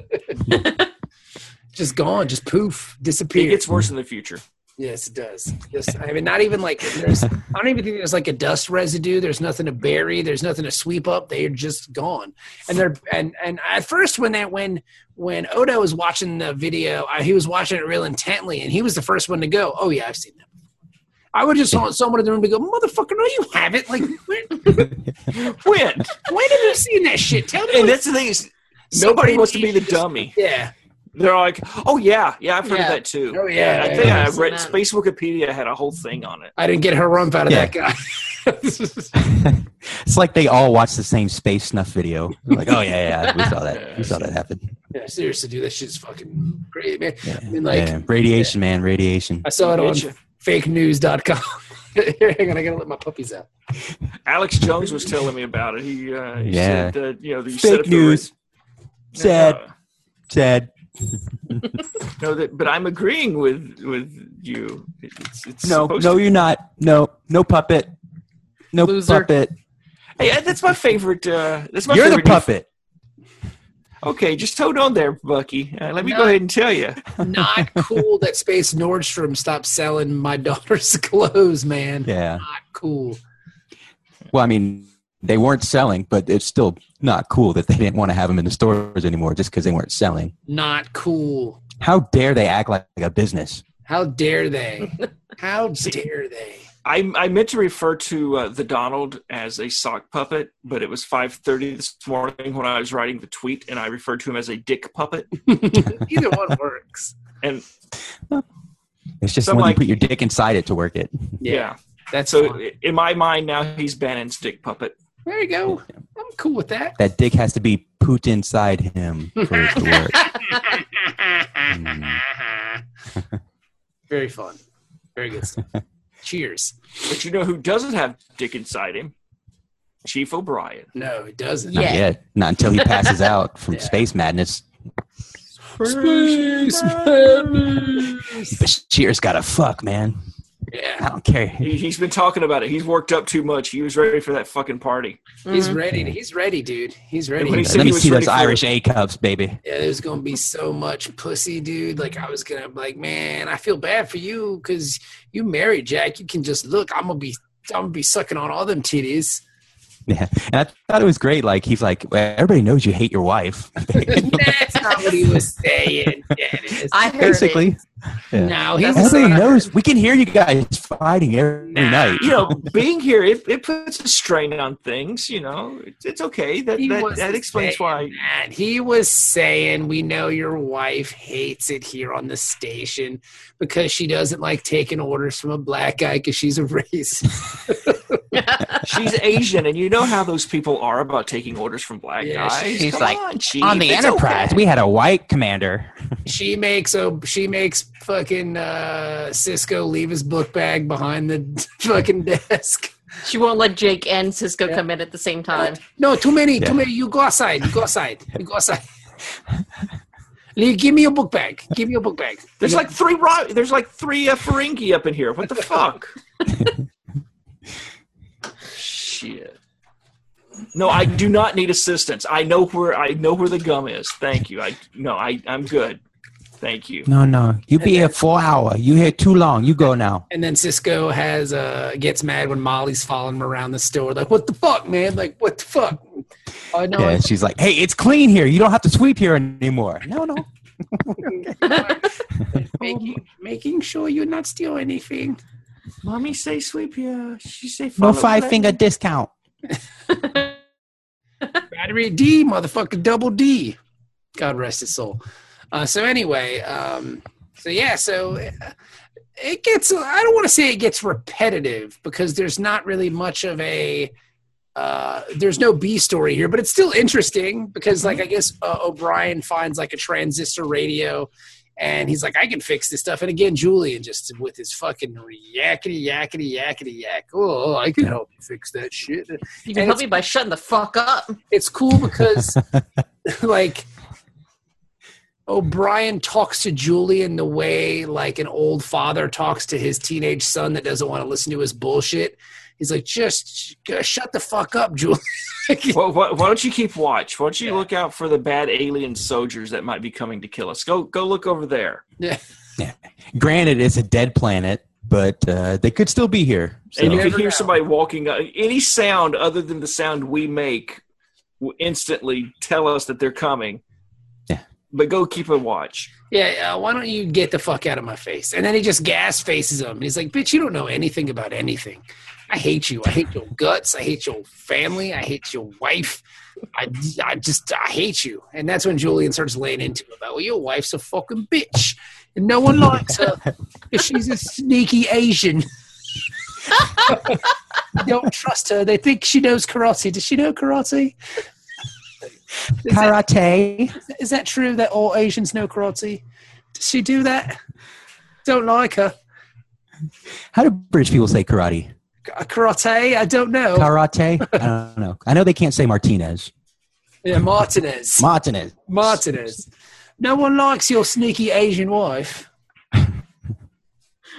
B: just gone. Just poof,
E: it
B: disappeared.
E: gets worse in the future.
B: yes, it does. Just I mean, not even like there's. I don't even think there's like a dust residue. There's nothing to bury. There's nothing to sweep up. They're just gone. And they're and and at first when that when when Odo was watching the video, I, he was watching it real intently, and he was the first one to go. Oh yeah, I've seen that. I would just want someone in the room to go, motherfucker, no, you haven't. Like, when, when
E: When?
B: have you seen that shit? Tell me.
E: And
B: when-
E: that's the thing is, nobody wants to be the dummy.
B: yeah,
E: They're like, oh yeah, yeah, I've heard
C: Yeah.
E: of that too.
B: Oh, yeah,
E: And I
B: yeah,
E: think
C: yeah.
E: I read
C: I've seen that.
E: Space Wikipedia had a whole thing on it.
B: I didn't get her rump out of that guy.
D: it's like they all watch the same space snuff video. They're like, oh yeah, yeah, we saw that. We saw that happen.
B: yeah, seriously, dude, that shit's fucking great, man.
D: Yeah.
B: I mean, like,
D: Yeah, radiation, man, radiation.
B: I saw it on
E: Getcha.
B: fakenews.com. Hang on, I gotta let my puppies out.
E: Alex Jones was telling me about it. He, uh, he
D: Yeah.
E: said Uh, that you know you set up
D: Fake
E: the
D: news. Sad. Sad.
E: No, that, but I'm agreeing with with you. It's, it's
D: No,
E: supposed
D: no,
E: to-
D: you're not. No, no puppet. No
C: Loser.
D: puppet.
E: Hey, uh, that's my favorite. Uh, that's my
D: You're the
E: favorite new-
D: puppet.
E: Okay, just hold on there, Bucky. Uh, let me go ahead and tell you.
B: Not cool that Space Nordstrom stopped selling my daughter's clothes, man.
D: Yeah.
B: Not cool.
D: Well, I mean, they weren't selling, but it's still not cool that they didn't want to have them in the stores anymore just because they weren't selling.
B: Not cool.
D: How dare they act like a business?
B: How dare they? How dare they?
E: I, I meant to refer to uh, the Donald as a sock puppet, but it was 5:30 this morning when I was writing the tweet, and I referred to him as a dick puppet.
B: Either one works.
E: And
D: It's just
E: So,
D: when you
E: like-
D: put your dick inside it to work it.
E: yeah,
B: That's
E: so
B: fine.
E: in my mind now he's Bannon's dick puppet.
B: There you go. I'm cool with that.
D: That dick has to be pooped inside him for it to work.
B: Mm. Very fun. Very good stuff. Cheers.
E: But you know who doesn't have dick inside him? Chief O'Brien.
B: No, it doesn't.
D: Not
C: Yeah.
D: yet. Not until he passes out from
B: Yeah.
D: space madness. Bashir's got to fuck, man.
B: Yeah.
D: I don't care.
E: He, he's been talking about it. He's worked up too much. He was ready for that fucking party.
B: He's
C: Mhm.
B: ready. He's ready, dude. He's ready.
E: When he
D: Let
E: said
D: me
E: he was
D: see
E: ready
D: those
E: for-
D: Irish A cups, baby.
B: yeah, there's gonna be so much pussy, dude. Like I was gonna, like, man, I feel bad for you because you married Jack. You can just look. I'm gonna be, I'm gonna be sucking on all them titties.
D: Yeah. And I thought it was great. Like, he's like, well, everybody knows you hate your wife.
B: That's not what he was saying. Dennis.
C: I heard Basically.
D: Basically. Yeah.
B: no, he's
C: That's what
D: Everybody
C: I
D: knows. We can hear you guys fighting every
B: Nah.
D: night.
E: You know, being here it, it puts a strain on things. You know, it's, it's okay. That
B: He
E: that,
B: wasn't
E: that explains why.
B: saying that. He was saying, "We know your wife hates it here on the station because she doesn't like taking orders from a black guy because she's a racist."
E: She's Asian, and you know how those people are about taking orders from black
B: Yeah,
E: guys.
D: she's
E: Come
D: like,
E: on, Chief,
D: On the
E: it's
D: Enterprise,
E: okay."
D: we had a white commander.
B: she makes oh, she makes fucking uh, Cisco leave his book bag behind the fucking desk.
C: She won't let Jake and Cisco
B: Yeah.
C: come in at the same time.
B: No, too many,
D: Yeah.
B: too many. You go outside. You go outside. You go outside. Lee, Give me your book bag. Give me your book bag.
E: There's like three ro- there's like three uh, Ferengi up in here. What the fuck? Shit. No, I do not need assistance. I know where I know where the gum is. Thank you. I no, I I'm good. Thank you.
D: No, no. You be here four hour. You here too long. You go now.
B: And then Cisco has uh gets mad when Molly's following him around the store, like, "What the fuck, man? Like, what the fuck?" "Oh, I know.
D: Yeah, she's like, hey, it's clean here. You don't have to sweep here anymore. No, no.
B: Making, making sure you not steal anything.
E: Mommy say sweep yeah. She say
D: No
E: follow
D: five
E: me.
D: finger discount.
B: Battery D, motherfucker, double D. God rest his soul. Uh, so anyway, um, so yeah, so uh, it gets. I don't want to say it gets repetitive because there's not really much of a. Uh, there's no B story here, but it's still interesting because, like, I guess uh, O'Brien finds like a transistor radio, and he's like, "I can fix this stuff." And again, Julian just with his fucking yakety yakety yakety yak. Oh, I can help you fix that shit
C: You
B: And
C: can help
B: it's-
C: me by shutting the fuck up.
B: it's cool because like O'Brien talks to Julian the way like an old father talks to his teenage son that doesn't want to listen to his bullshit. He's like, just sh- shut the fuck up, Julian.
E: Well, why, why don't you keep watch? Why don't you look out for the bad alien soldiers that might be coming to kill us? Go go look over there.
D: granted it's a dead planet but uh, they could still be here so.
E: and you
B: Yeah.
E: can
B: Never
E: hear
B: know.
E: somebody walking. uh, Any sound other than the sound we make will instantly tell us that they're coming.
D: Yeah.
E: But go keep a watch.
B: yeah, uh, why don't you get the fuck out of my face? And then he just gas faces him. He's like, bitch, you don't know anything about anything. I hate you. I hate your guts. I hate your family. I hate your wife. I, I just, I hate you. And that's when Julian starts laying into him about, well, your wife's a fucking bitch. And no one likes her 'cause she's a sneaky Asian. don't trust her. They think she knows karate. Does she know karate? Is that-
D: karate
B: is that true that all Asians know karate? Does she do that? Don't like her.
D: how do british people say karate
B: K- Karate? I don't know.
D: karate i don't know i know they can't say martinez
B: Yeah, Martinez.
D: Martinez.
B: Martinez. No one likes your sneaky Asian wife.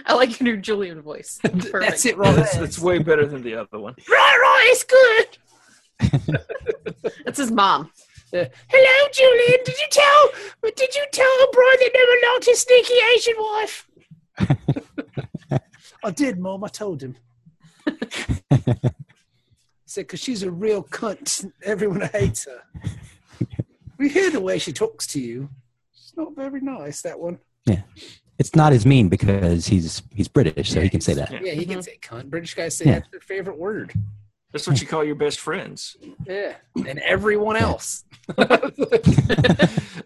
C: I like your new Julian voice. Perfect.
B: That's it, right
E: That's,
B: there.
E: that's way better than the other one.
B: Right, right, it's good.
C: That's his mom.
B: Uh, Hello, Julian. Did you tell? Did you tell O'Brien that never liked his sneaky Asian wife? I did, Mom. I told him. Said because she's a real cunt. Everyone hates her. We hear the way she talks to you. It's not very nice. That one.
D: It's not as mean because he's he's British, so he can say that.
B: Yeah, he can say cunt. British guys say
D: Yeah.
B: that's their favorite word.
E: That's what you call your best friends.
B: Yeah, and everyone else.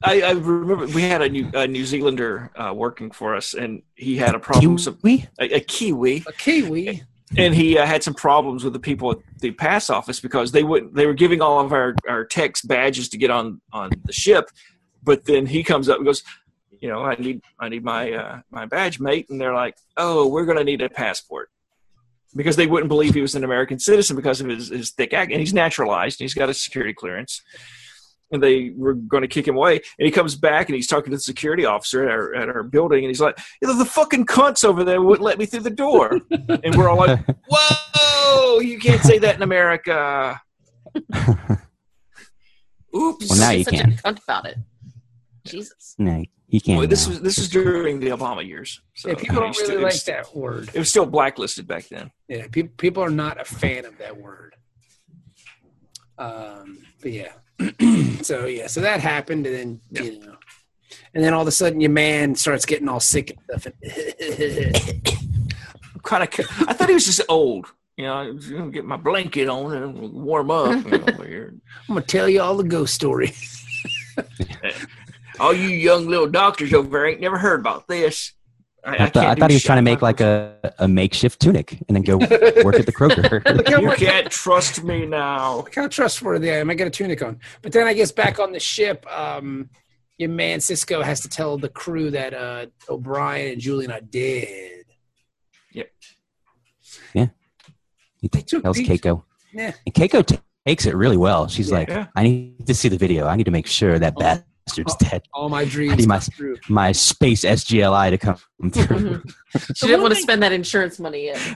E: I, I remember we had a New, a New Zealander uh, working for us, and he had a problem. Some,
D: Kiwi?
E: a, a Kiwi,
B: A Kiwi.
E: and he uh, had some problems with the people at the pass office because they would they were giving all of our our techs badges to get on on the ship, but then he comes up and goes, you know, I need I need my uh, my badge, mate, and they're like, oh, we're gonna need a passport. Because they wouldn't believe he was an American citizen because of his, his thick act, and he's naturalized, and he's got a security clearance, and they were going to kick him away. And he comes back, and he's talking to the security officer at our, at our building, and he's like, "The fucking cunts over there wouldn't let me through the door," and we're all like, Whoa! You can't say that in America. Oops.
D: Well, now
C: She's
D: you
C: such
D: can.
C: a cunt about it. Jesus.
D: No, he can't.
E: Boy, this
D: now.
E: was this was during the Obama years. So
B: yeah, people
E: it
B: don't
E: was-
B: really
E: it was-
B: like that word.
E: It was still blacklisted back then.
B: Yeah, pe- people are not a fan of that word. Um, but yeah, so yeah, so that happened, and then you know, and then all of a sudden your man starts getting all sick and stuff. And
E: Kind of. I thought he was just old. You know, I was gonna get my blanket on and warm up. You know, over here.
B: I'm gonna tell you all the ghost story.
E: All you young little doctors over there ain't never heard about this. I,
D: I, thought, I thought he was trying to make like a, a makeshift tunic and then go work at the Kroger.
E: You can't trust me now.
B: Look how trustworthy I am. I got a tunic on. But then I guess back on the ship, um, your man Cisco has to tell the crew that uh, O'Brien and Julian are dead.
D: he
B: They took
D: tells
B: these-
D: Keiko.
B: Nah.
D: And Keiko t- takes it really well. She's like,
E: Yeah.
D: I need to see the video. I need to make sure that
B: Oh.
D: bastard's dead.
B: All my
D: I
B: dreams
D: need
B: come
D: my-
B: true.
D: My space SGLI to come through.
C: Mhm. She didn't want to spend that insurance money yet.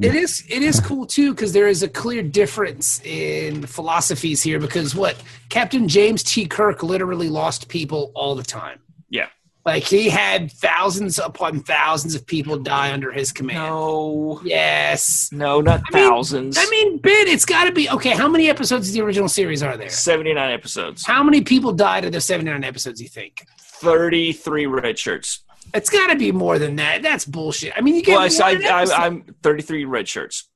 B: It is it is cool too because there is a clear difference in philosophies here because what Captain James T. Kirk literally lost people all the time.
E: Yeah.
B: Like he had thousands upon thousands of people die under his command.
E: No,
B: Yes.
E: no, not
B: I mean-
E: thousands.
B: I mean, Ben, it's got to be okay. How many episodes of the original series are there?
E: seventy-nine episodes,
B: How many people died in those 79 episodes, you think?
E: thirty-three red shirts.
B: It's got to be more than that. That's bullshit. I mean, you get
E: Well, I,
B: one an
E: I,
B: episode.
E: I, I'm 33 red shirts.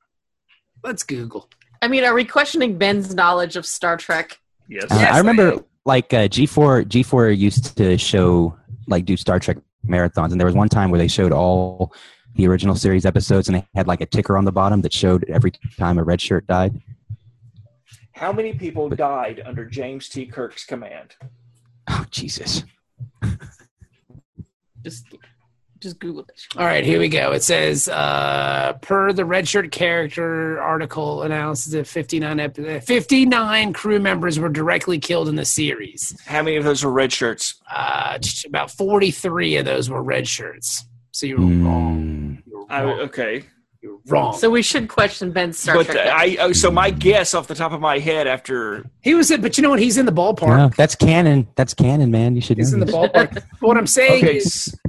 B: Let's Google.
C: I mean, are we questioning Ben's knowledge of Star Trek?
E: Yes.
D: Uh,
B: Yes,
D: I remember
B: I-
D: like uh, G4 G4 used to show like do Star Trek marathons and there was one time where they showed all the original series episodes and they had like a ticker on the bottom that showed every time a red shirt died.
E: How many people died under James T. Kirk's command?
D: Oh Jesus.
C: Just, just Google it.
B: All right, here we go. It says, uh, per the red shirt character article analysis of 59, epi- 59 crew members were directly killed in the series.
E: How many of those were red shirts?
B: Uh, t- about 43 of those were red shirts. So you were wrong.
D: Mm.
B: You were
E: I,
B: wrong.
E: okay,
B: You were wrong.
C: Oh. So we should question Ben's Star
E: but
C: Trek.
E: uh, I oh, so my guess off the top of my head after
B: he was, but you know what? He's in the ballpark.
D: No, that's canon. That's canon, man. You should
B: He's in
D: know
B: the
D: this.
B: ballpark. what I'm saying
E: okay,
B: is,
E: s-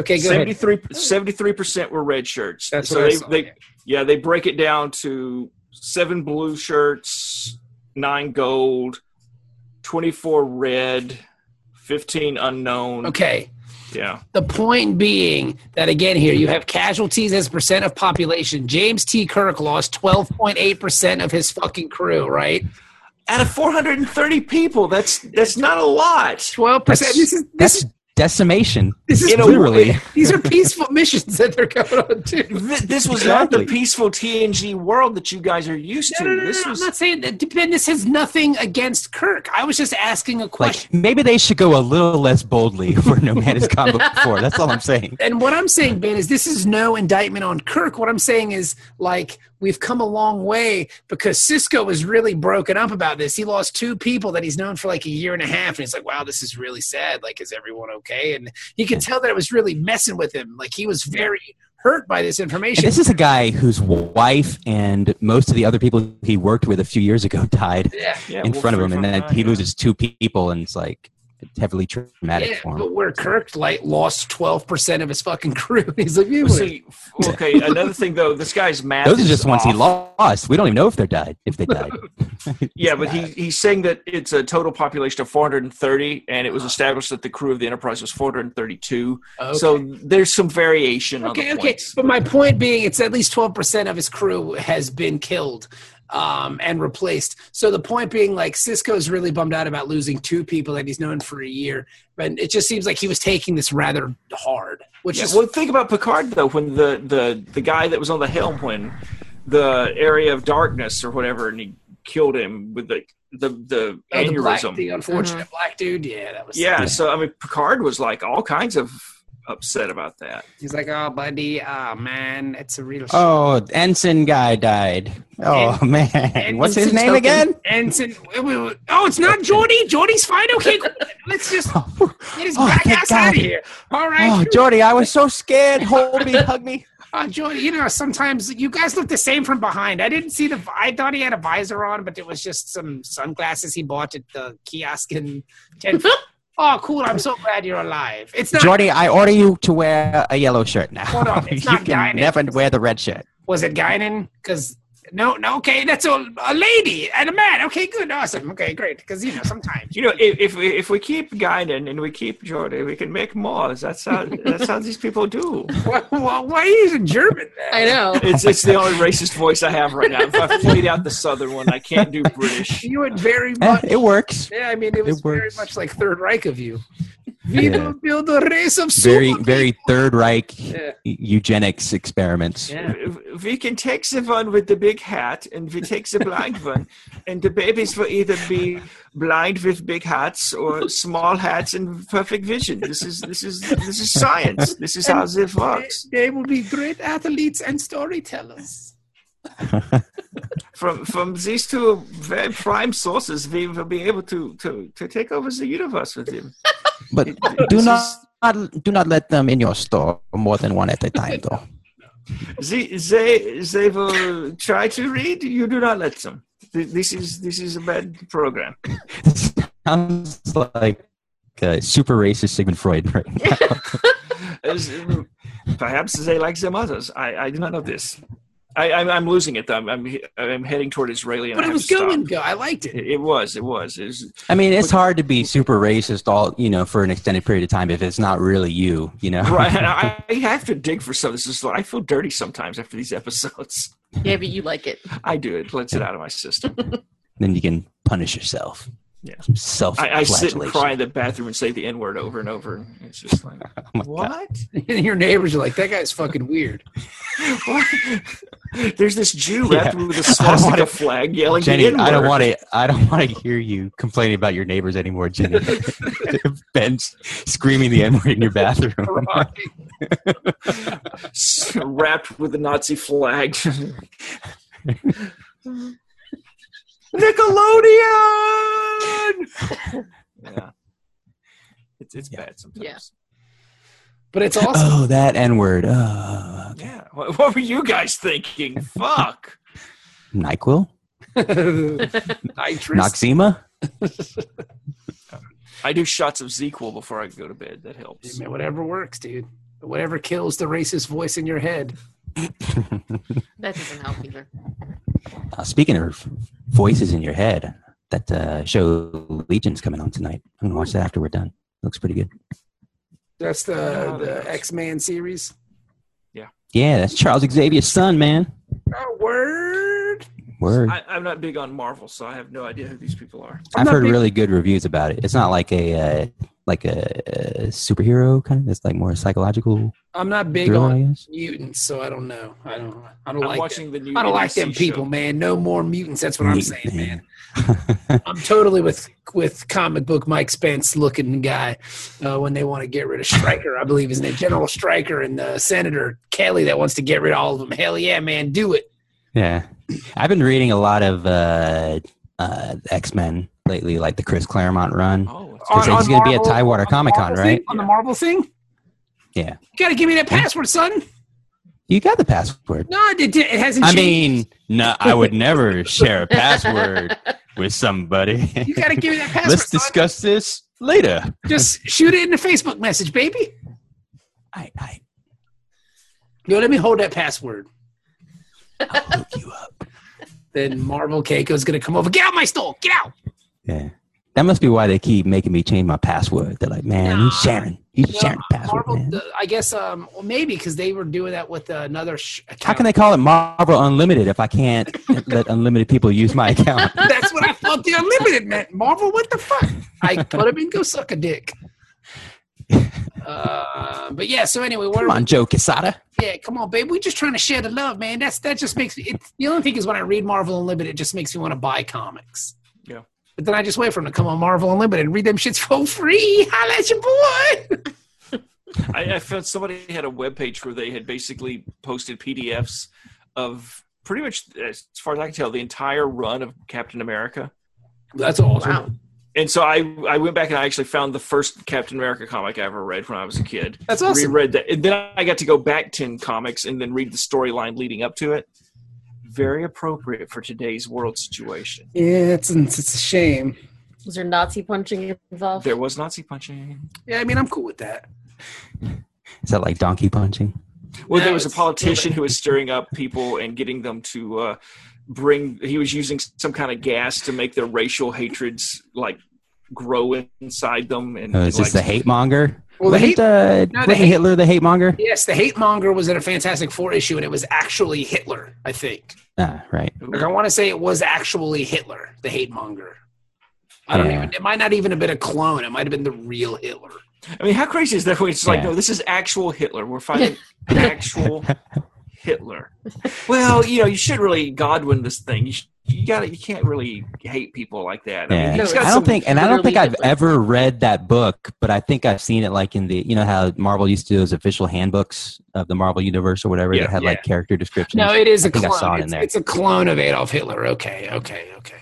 B: okay, go ahead.
E: 73 73 percent were red shirts.
B: That's
E: so
B: what I
E: they
B: saw,
E: they
B: yeah.
E: yeah they break it down to seven blue shirts, nine gold, 24 red, 15 unknown.
B: Okay.
E: Yeah,
B: The point being that again here you have casualties as percent of population. James T. Kirk lost twelve point eight percent of his fucking crew, right?
E: out of 430 people, that's that's not a lot.
B: Twelve
D: That's,
B: percent. This is this
D: that's
B: is
D: decimation.
B: This is
E: In a
D: Literally.
B: These are peaceful missions that they're going on to.
E: Th- this was not the
D: Exactly.
E: peaceful TNG world that you guys are used to.
B: No, no, no, no,
E: this
B: no, I'm
E: was
B: not saying that. Ben, this has nothing against Kirk. I was just asking a question.
D: Like maybe they should go a little less boldly where no man has gone before. That's all I'm saying.
B: and what I'm saying, Ben, is this is no indictment on Kirk. What I'm saying is, like, we've come a long way because Cisco was really broken up about this. He lost two people that he's known for like a year and a half, and he's like, "Wow, this is really sad. Like, is everyone okay?" And he could tell that it was really messing with him. Like, he was very hurt by this
D: And
B: information.
D: this is a guy whose wife and most of the other people he worked with a few years ago died
B: yeah.
E: yeah,
D: in
E: well,
D: front of
E: free
D: him, and
E: from
D: then
E: that,
D: he
E: yeah.
D: loses two people, and it's like heavily traumatic
B: Yeah,
D: for him.
B: but where Kirk like lost twelve percent of his fucking crew, he's like, "You
E: Well,
B: were
E: see, f- okay, another thing though, this guy's math.
D: Those are
E: is
D: just ones he
E: off.
D: lost. We don't even know if they died. If they died,
E: Yeah, but he, he's saying that it's a total population of 430, and
B: Ah.
E: it was established that the crew of the Enterprise was 432.
B: Okay.
E: So there's some variation.
B: okay
E: on the
B: okay
E: points.
B: but my point being it's at least 12% of his crew has been killed um, and replaced so the point being like cisco's really bummed out about losing two people that he's known for a year but it just seems like he was taking this rather hard which
E: Yeah,
B: is
E: well, think about Picard though, when the, the the guy that was on the helm when the area of darkness or whatever, and he killed him with the the the
B: oh, the, black,
E: aneurysm.
B: the unfortunate black dude yeah that was
E: yeah, so I mean, Picard was like all kinds of upset about that.
B: he's like oh buddy oh man it's a real shame."
D: oh, ensign guy died. Oh man, what's his
B: Ensign
D: name
B: token.
D: again?
B: Ensign. wait, wait, wait. Oh, it's not Jordy. Jordy's fine. Okay, cool. let's just get his
D: Oh,
B: black
D: thank
B: ass out of
D: God.
B: here. All right.
D: Oh, Jordy, I was so scared. Hold me, hug me.
B: Uh, Joey, you know, sometimes you guys look the same from behind. I didn't see the. I thought he had a visor on, but it was just some sunglasses he bought at the kiosk in. 10 oh, cool! I'm so glad you're alive. It's not.
D: Jordy, I order you to wear a yellow shirt now.
B: Hold on, it's
D: you
B: not
D: can
B: Guinan.
D: never wear the red shirt.
B: Was it Guinan? Because no, no. Okay, that's a, a lady and a man. Okay, good, awesome. Okay, great. Because you know, sometimes
E: You know, if if we, if we keep guiding and we keep Jordan, we can make more. That's how that's how these people do.
B: why, why, why are you using German? man?
C: I know.
E: It's it's the only racist voice I have right now. If I played out the southern one, I can't do British.
B: You would very
D: Eh,
B: much.
D: it works.
B: Yeah, I mean, it was very
D: works.
B: much like Third Reich of you. We
D: Yeah.
B: will build a race of
D: Very,
B: super
D: very Third Reich
B: Yeah.
D: eugenics experiments.
B: Yeah.
E: We can take the one with the big hat, and we take the blind one, and the babies will either be blind with big hats or small hats and perfect vision. This is this is this is science. This is how it works.
B: They, they will be great athletes and storytellers.
E: From from these two very prime sources, we will be able to to to take over the universe with him.
D: But do not, not do not let them in your store more than one at a time, though.
E: they they they will try to read. You do not let them. Th- This is this is a bad program.
D: Sounds like uh, super racist Sigmund Freud right now.
E: As- Perhaps they like the others. I, I do not know this. I, I'm, I'm losing it. though. I'm, I'm he- I'm heading toward Israeli. And
B: But
E: I
B: it
E: have
B: was
E: to stop.
B: going go. I liked it.
E: It, it was. It was. It was
D: I mean, it's hard to be super racist all you know for an extended period of time if it's not really you. You know,
E: right. I, I have to dig for some. This is. I feel dirty sometimes after these episodes.
C: Yeah, but you like it.
E: I do. It lets it out of my system.
D: then you can punish yourself.
E: Yeah.
D: Some self
E: I, I sit and
D: flagellation.
E: cry in the bathroom and say the N word over and over. And it's just like
D: Oh my God.
E: what.
B: And your neighbors are like, that guy's fucking weird.
E: What? There's this Jew
D: Yeah.
E: wrapped with a
D: I don't
E: swastika
D: wanna-
E: flag yelling.
D: Jenny,
E: the
D: I don't
E: N-word.
D: want to. I don't want to hear you complaining about your neighbors anymore, Jenny. Ben's screaming the N word in your bathroom.
E: S- wrapped with a Nazi flag. Nickelodeon. yeah, it's it's
D: Yeah.
E: bad sometimes.
B: But it's awesome.
D: oh, that N word. Uh,
E: Yeah. What, what were you guys thinking? Fuck.
D: Nyquil,
B: Nitrous.
D: Noxema.
E: I do shots of Zequel before I go to bed. That helps.
B: Man, whatever works, dude. Whatever kills the racist voice in your head.
C: That doesn't help either.
D: Uh, speaking of voices in your head, that uh, show Legion's coming on tonight. I'm gonna watch that after we're done. Looks pretty good.
B: That's the,
E: Yeah,
B: the
E: that's-
B: X Man series.
D: Yeah, that's Charles Xavier's son, man.
B: Oh, word.
D: Word.
E: I, I'm not big on Marvel, so I have no idea who these people are.
D: I've heard really good reviews about it. It's not like a uh, like a uh, superhero kind of. It's like more psychological
B: I'm not big
D: thriller, I
B: on
D: guess.
B: mutants, so I don't know. I don't. I don't
E: I'm
B: like.
E: watching the new.
B: them. I don't like
E: NBC
B: them people,
E: show.
B: man. No more mutants. That's what I'm
D: Neat,
B: saying, man.
D: man.
B: I'm totally with with comic book Mike Spence looking guy uh, when they want to get rid of Stryker. I believe his name, General Stryker, and uh, Senator Kelly that wants to get rid of all of them. Hell yeah, man, do it.
D: yeah, I've been reading a lot of uh, uh, X Men lately, like the Chris Claremont run.
E: Oh, it's-
D: Because
B: On-
D: he's
B: on
D: going to be at
B: Marvel-
D: Tidewater Comic Con,
B: Marvel thing?
D: right?
B: On the Marvel thing.
D: Yeah.
B: You gotta give me that password, son.
D: You got the password.
B: No, it, did- it hasn't.
D: I
B: changed.
D: mean, no, I would never share a password with somebody.
B: you gotta give me that password.
D: Let's
B: son.
D: discuss this later.
B: Just shoot it in the Facebook message, baby.
D: I, I
B: Yo, let me hold that password.
D: hook you up.
B: Then Marvel Keiko's gonna come over. Get out my stall. Get out.
D: Yeah. That must be why they keep making me change my password. They're like, man,
B: Nah.
D: he's sharing. He's
B: Well,
D: sharing the password.
B: Marvel,
D: man.
B: uh, I guess, um, well, maybe because they were doing that with uh, another. Sh- account.
D: How can they call it Marvel Unlimited if I can't let unlimited people use my account?
B: That's what I thought the unlimited meant. Marvel, what the fuck? I put him in go suck a dick. Uh, but yeah, so anyway, what
D: Come on, Joe Quesada.
B: yeah, come on, babe. We're just trying to share the love, man. That's that just makes me. It, the only thing is when I read Marvel Unlimited, it just makes me want to buy comics.
E: Yeah.
B: But then I just wait for them to come on Marvel Unlimited and read them shits for free. Holla at your boy.
E: I, I found somebody had a webpage where they had basically posted PDFs of pretty much, as far as I can tell, the entire run of Captain America.
B: That's awesome.
C: Wow.
E: And so I, I went back and I actually found the first Captain America comic I ever read when I was a kid.
B: That's awesome.
E: Reread that, and then I got to go back ten comics and then read the storyline leading up to it. Very appropriate for today's world situation.
B: Yeah, it's it's a shame.
C: Was there Nazi punching involved?
E: There was Nazi punching.
B: Yeah, I mean, I'm cool with that.
D: Is that like donkey punching?
E: Well, there
B: No,
E: was a
B: it's-
E: politician who was stirring up people and getting them to uh, bring. He was using some kind of gas to make their racial hatreds like grow inside them. And
D: Oh, is this
E: like,
D: the hate monger?
B: Well, the
D: wasn't
B: hate-
D: uh,
B: No, the
D: wasn't
B: hate-
D: Hitler the hate monger?
B: Yes, the hate monger was in a Fantastic Four issue, and it was actually Hitler. I think.
D: Ah, right.
B: Like I want to say it was actually Hitler, the hate monger. I don't
D: Yeah.
B: even. It might not even have been a clone. It might have been the real Hitler.
E: I mean, how crazy is that? When it's like,
D: Yeah.
E: no, this is actual Hitler. We're fighting actual Hitler. Well, you know, you should really Godwin this thing. You, sh- you got to You can't really hate people like that. I
D: Yeah.
E: mean, he's
C: No,
E: got
D: I
E: some.
D: don't think, and I don't think
C: literally
D: I've
C: different.
D: ever read that book, but I think I've seen it like in the, you know, how Marvel used to do those official handbooks of the Marvel universe or whatever
E: Yeah,
D: that had like character descriptions.
B: No, it is a
D: I think I
B: clone.
D: saw it in
B: it's,
D: there.
B: it's a clone of Adolf Hitler. Okay, okay, okay.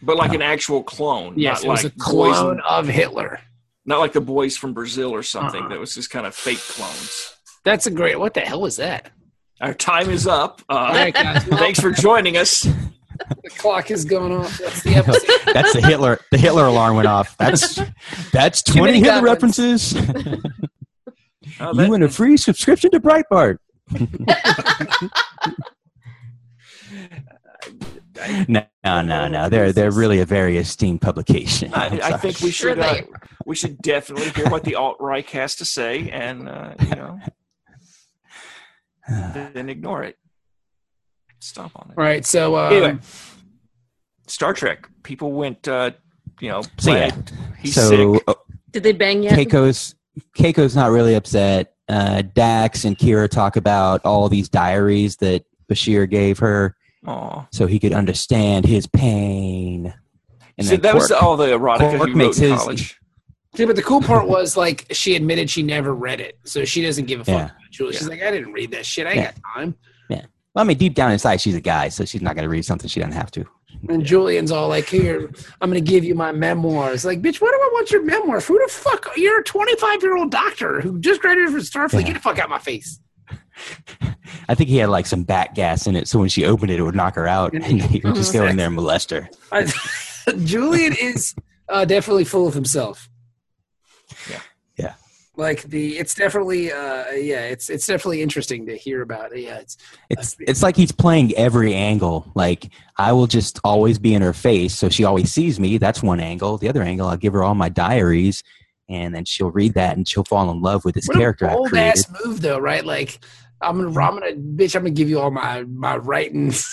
E: but like an actual clone.
B: Yes, it
E: not
B: was
E: like
B: a clone
E: Boys,
B: of Hitler.
E: not like the boys from Brazil or something.
B: Uh-uh.
E: That was just kind of fake clones.
B: That's a great. What the hell was that?
E: Our time is up.
B: All
E: Uh,
B: right, guys. Well,
E: thanks for joining us. Uh,
B: the clock is going off. That's the episode.
D: that's the Hitler. The Hitler alarm went off. That's that's
C: many
D: twenty Hitler
C: Godwins.
D: references.
E: Uh,
D: you
E: that-
D: win a free subscription to Breitbart. no, no, no, no. They're they're really a very esteemed publication. I'm
E: I, I
D: sorry.
E: think we
C: Sure
E: should uh,
C: they
E: we should definitely hear what the alt right has to say, and uh, you know, then ignore it. Stomp on it.
B: All right. So um,
E: Anyway. Star Trek. People went, uh, you know,
D: So, yeah.
E: planet. he's
D: so
E: sick.
D: uh,
C: Did they bang yet?
D: Keiko's Keiko's not really upset. Uh, Dax and Kira talk about all these diaries that Bashir gave her,
E: Aw.
D: so he could understand his pain.
E: So that was
D: Quark-
E: all the erotica
D: Quark
E: he
D: makes
E: wrote in
D: his-
E: college.
B: Yeah, but the cool part was like she admitted she never read it, so she doesn't give a fuck.
D: Yeah.
B: About Julie. She's like, I didn't read that shit. I ain't
D: Yeah.
B: got time.
D: Well, I mean, deep down inside, she's a guy, so she's not going to read something she doesn't have to.
B: And Julian's all like, Here, I'm gonna give you my memoirs. Like, bitch, what do I want your memoirs? Who the fuck? You're a 25 year old doctor who just graduated from Starfleet.
D: Yeah.
B: Get the fuck out of my face.
D: I think he had like some bat gas in it, so when she opened it, it would knock her out, and he would just go
E: Mm-hmm.
D: in there and molest her.
B: I- Julian is uh, definitely full of himself.
E: Yeah.
D: Yeah.
B: Like the, it's definitely, uh, yeah, it's it's definitely interesting to hear about. Yeah, it's
D: It's it's like he's playing every angle. Like I will just always be in her face, so she always sees me. That's one angle. The other angle, I'll give her all my diaries, and then she'll read that, and she'll fall in love with this
B: What
D: character
B: a
D: I've
B: bold
D: created.
B: ass move, though, right? Like, I'm gonna, I'm gonna, bitch, I'm gonna give you all my my writings.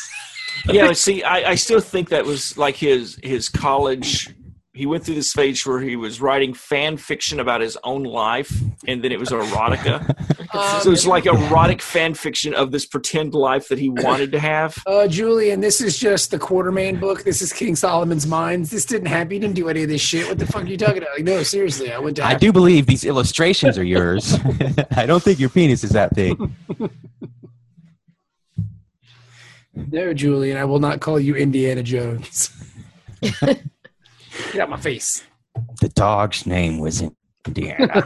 E: yeah, but see, I, I still think that was like his his college. He went through this phase where he was writing fan fiction about his own life, and then it was erotica.
B: Um,
E: so it's like erotic fan fiction of this pretend life that he wanted to have.
B: Uh, Julian, this is just the Quartermain book. This is King Solomon's Mines. This didn't happen. You didn't do any of this shit. What the fuck are you talking about? Like, no, seriously, I went to.
D: I do believe these illustrations are yours. I don't think your penis is that big.
B: No, Julian, I will not call you Indiana Jones. Get out my face.
D: The dog's name was Indiana.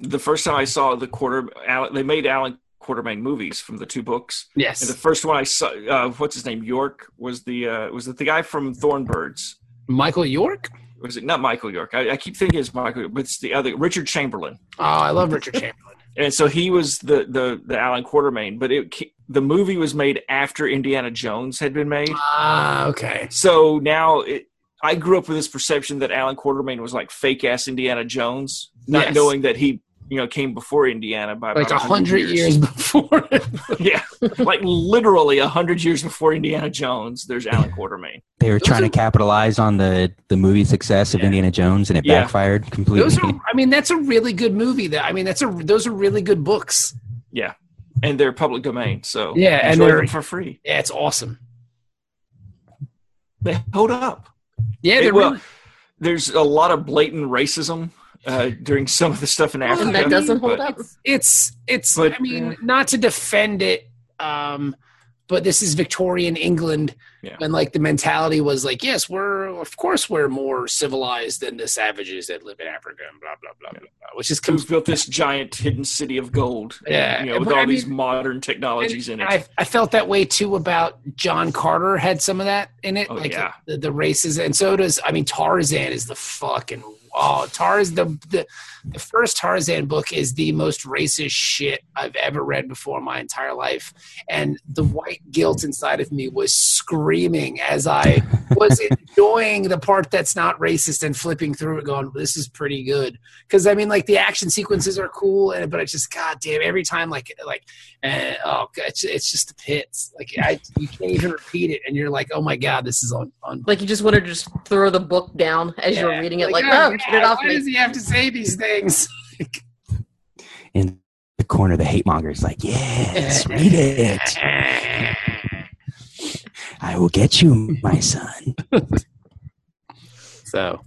E: The first time I saw the quarter, Alan, they made Alan Quartermain movies from the two books. And the
B: Yes,
E: first one I saw, uh, what's his name? York was the uh, was it the guy from Thornbirds?
B: Michael York.
E: Was it not Michael York? I, I keep thinking it's Michael, York, but it's the other Richard Chamberlain.
B: Oh, I love Richard Chamberlain.
E: And so he was the the the Alan Quartermain, but it ca- the movie was made after Indiana Jones had been made.
B: Ah, okay.
E: So now it, I grew up with this perception that Alan Quartermain was like fake ass Indiana Jones, not
B: Yes.
E: knowing that he you know came before Indiana by
B: Like
E: about
B: a hundred years before. it.
E: yeah, like literally a hundred years before Indiana Jones. There's Alan Quartermain.
D: They were
B: Those
D: trying
B: are-
D: to capitalize on the the movie success of
E: Yeah.
D: Indiana Jones, and it
E: Yeah.
D: backfired completely.
B: those are. I mean, that's a really good movie. That I mean, that's a. Those are really good books.
E: and they're public domain. So
B: Yeah, and
E: enjoy
B: they're-
E: them for free.
B: Yeah, it's awesome.
E: They hold up.
B: Yeah,
E: Hey,
B: they're
E: well,
B: really,
E: There's a lot of blatant racism uh, during some of the stuff in
B: Oh,
E: Africa.
C: And that doesn't hold
E: but-
C: up.
B: it's it's
E: But-
B: i mean not to defend it um but this is victorian england
E: Yeah.
B: and like the mentality was like yes we're of course we're more civilized than the savages that live in africa and blah blah blah, blah, blah which is com-
E: Who's built this giant hidden city of gold?
B: Yeah,
E: you know, with
B: but
E: all
B: Uh, I
E: these
B: mean-
E: modern technologies in it.
B: I, I felt that way too about John Carter had some of that in it,
E: Oh,
B: like
E: yeah.
B: the, the races, and so does I mean Tarzan is the fucking oh Tarz the, the the first Tarzan book is the most racist shit I've ever read before in my entire life, and the white guilt inside of me was screaming as I was enjoying the part that's not racist and flipping through it, going this is pretty good because I mean like the action sequences are cool, and but I just goddamn every time like like and oh, God, it's, it's just the pits. Like I, you can't even repeat it, and you're like, oh my god, this is on. on
C: Like you just want to just throw the book down as you're
B: Yeah.
C: reading it. Like, oh, no,
B: yeah,
C: get it off
B: Why
C: me.
B: does he have to say these things?
D: in the corner, the hate monger is like, "Yes, read it. I will get you, my son."
B: so,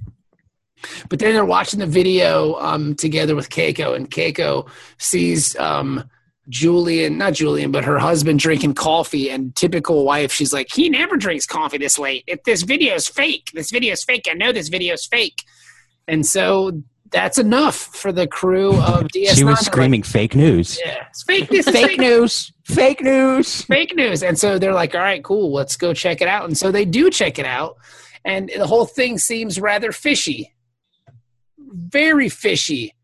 B: but then they're watching the video um, together with Keiko, and Keiko sees um, Julian, not Julian, but her husband drinking coffee. And typical wife, she's like, he never drinks coffee this late. If this video's fake, this video's fake. I know this video's fake. And so that's enough for the crew of DS9.
D: she
B: They're
D: was
B: like,
D: screaming fake news.
B: yeah, it's fake this, fake
D: news. Fake news.
B: fake news. And so they're like, all right, cool, let's go check it out. And so they do check it out. And the whole thing seems rather fishy. Very fishy.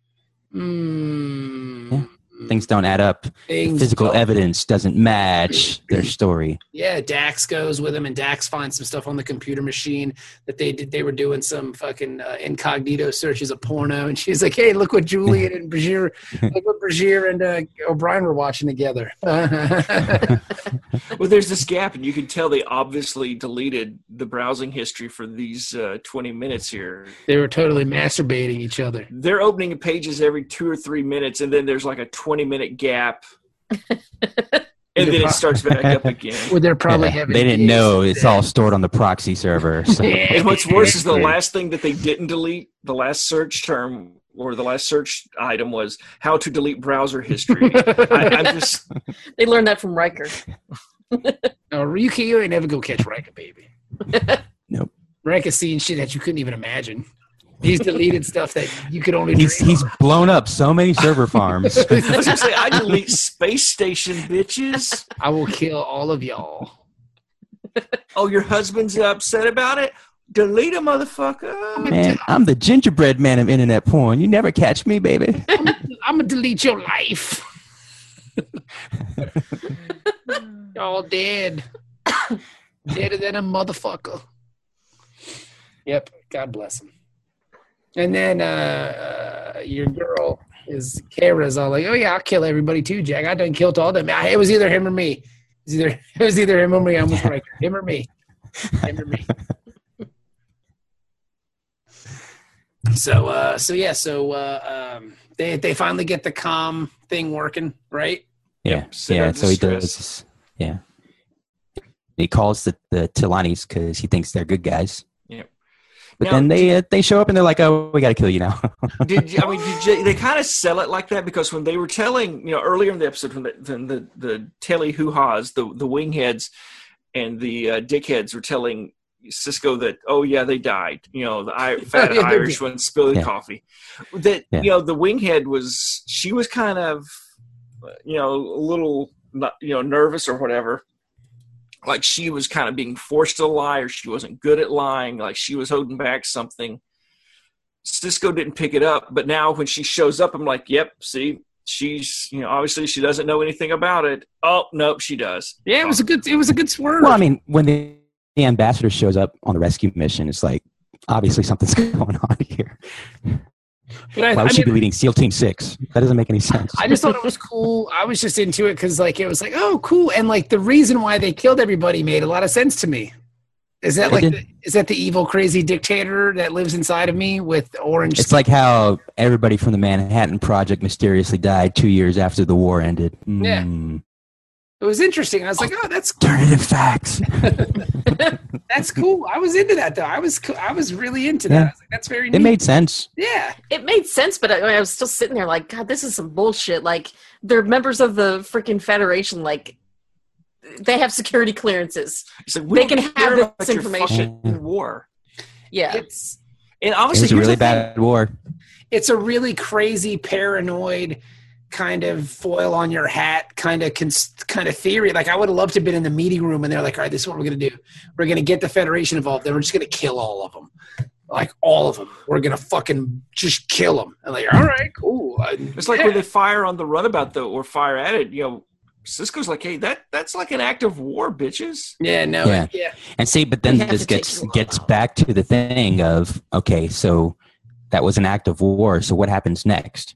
B: Mm.
D: Things don't add up.
B: Things-
D: Physical e- evidence doesn't match their story.
B: Yeah, Dax goes with him, and Dax finds some stuff on the computer machine that they did. They were doing some fucking uh, incognito searches of porno, and she's like, "Hey, look what Julian and Brigier, look what Brigier and uh, O'Brien were watching together."
E: well, there's this gap, and you can tell they obviously deleted the browsing history for these uh, 20 minutes here.
B: they were totally masturbating each other.
E: They're opening pages every two or three minutes, and then there's like a 20 minute gap, and then it starts back up again.
B: Well, they're probably
D: Yeah,
B: having.
D: they didn't
B: days.
D: know it's all stored on the proxy server. So.
B: Yeah.
E: And what's worse is the
D: Right.
E: last thing that they didn't delete, the last search term or the last search item was how to delete browser history. I, I'm just,
C: They learned that from Riker.
B: No, Ryuki, you ain't never gonna catch Reka, baby.
D: Nope.
B: Reka's seeing shit that you couldn't even imagine. He's deleted stuff that you could only.
D: He's
B: dream
D: he's blown up so many server farms.
E: I was gonna say, I delete space station bitches.
B: of. I will kill all of y'all.
E: Oh, your husband's upset about it? Delete a motherfucker.
D: Man, I'm the gingerbread man of internet porn. You never catch me, baby.
B: I'm gonna delete your life. Y'all dead. Deader than a motherfucker. Yep. God bless him. And then uh, uh, your girl is Kara's all like, "Oh yeah, I'll kill everybody too, Jack. I done killed all them. I, it was either him or me." It was either, it was either him or me. I almost like him or me. Him or me. So uh, so yeah, so uh, um, they they finally get the calm thing working, right?
D: Yeah.
E: Yep, sit
D: yeah.
E: under
D: So he
E: stress.
D: does. Yeah. He calls the the Tilanis because he thinks they're good guys.
E: Yep.
D: But
E: Now,
D: then they uh, they show up and they're like, "Oh, we got to kill you now."
E: did you- I mean did you, they kind of sell it like that because when they were telling you know earlier in the episode when the when the the telly hoo ha's the the wingheads and the uh, dickheads were telling Cisco that oh yeah they died you know the I, fat
B: Yeah, they
E: Irish one spilled the
D: Yeah.
E: coffee that
D: Yeah.
E: you know the winghead was she was kind of uh, you know a little not, you know nervous or whatever like she was kind of being forced to lie or she wasn't good at lying like she was holding back something cisco didn't pick it up but now when she shows up i'm like yep see she's you know obviously she doesn't know anything about it oh nope she does
B: Yeah, it was a good it was a good swerve.
D: well, I mean, when the, the ambassador shows up on the rescue mission, it's like obviously something's going on here.
B: but I,
D: Why
B: I
D: would she be
B: mean,
D: leading SEAL Team Six? That doesn't make any sense.
B: I just thought it was cool. I was just into it because like it was like oh cool, and like the reason why they killed everybody made a lot of sense to me. Is that
D: It
B: like
D: did.
B: the, is that the evil crazy dictator that lives inside of me with orange?
D: It's like how everybody from the Manhattan Project mysteriously died two years after the war ended.
B: Yeah.
D: Mm,
B: it was interesting. I was like oh that's
D: Alternative facts.
B: that's cool. I was into that though. I was co- I was really into that.
D: Yeah.
B: I was like, that's very neat.
D: it made sense.
B: yeah.
C: It made sense, but I, I was still sitting there like, God, this is some bullshit. Like, they're members of the freaking Federation. Like, they have security clearances.
E: It's like, we
C: They
E: don't
C: can
E: care
C: have
E: about
C: this
E: your
C: information.
E: fucking war
C: Yeah.
B: It's
E: and
D: It
E: obviously
D: was a
E: here's
D: really
E: the thing.
D: bad war.
B: it's a really crazy paranoid kind of foil on your hat kind of cons- kind of theory like i would have loved to have been in the meeting room and they're like all right this is what we're going to do we're going to get the federation involved and we're just going to kill all of them like all of them we're going to fucking just kill them and like all right cool I-
E: It's like
B: Oh. yeah.
E: when they fire on the runabout though, or fire at it. You know, Cisco's like, "Hey, that that's like an act of war, bitches."
B: yeah no
D: Yeah.
B: yeah,
D: And see, but
C: We
D: then
C: have
D: this
C: to take
D: gets
C: you all
D: gets
C: out.
D: back to the thing of okay, so that was an act of war. So what happens next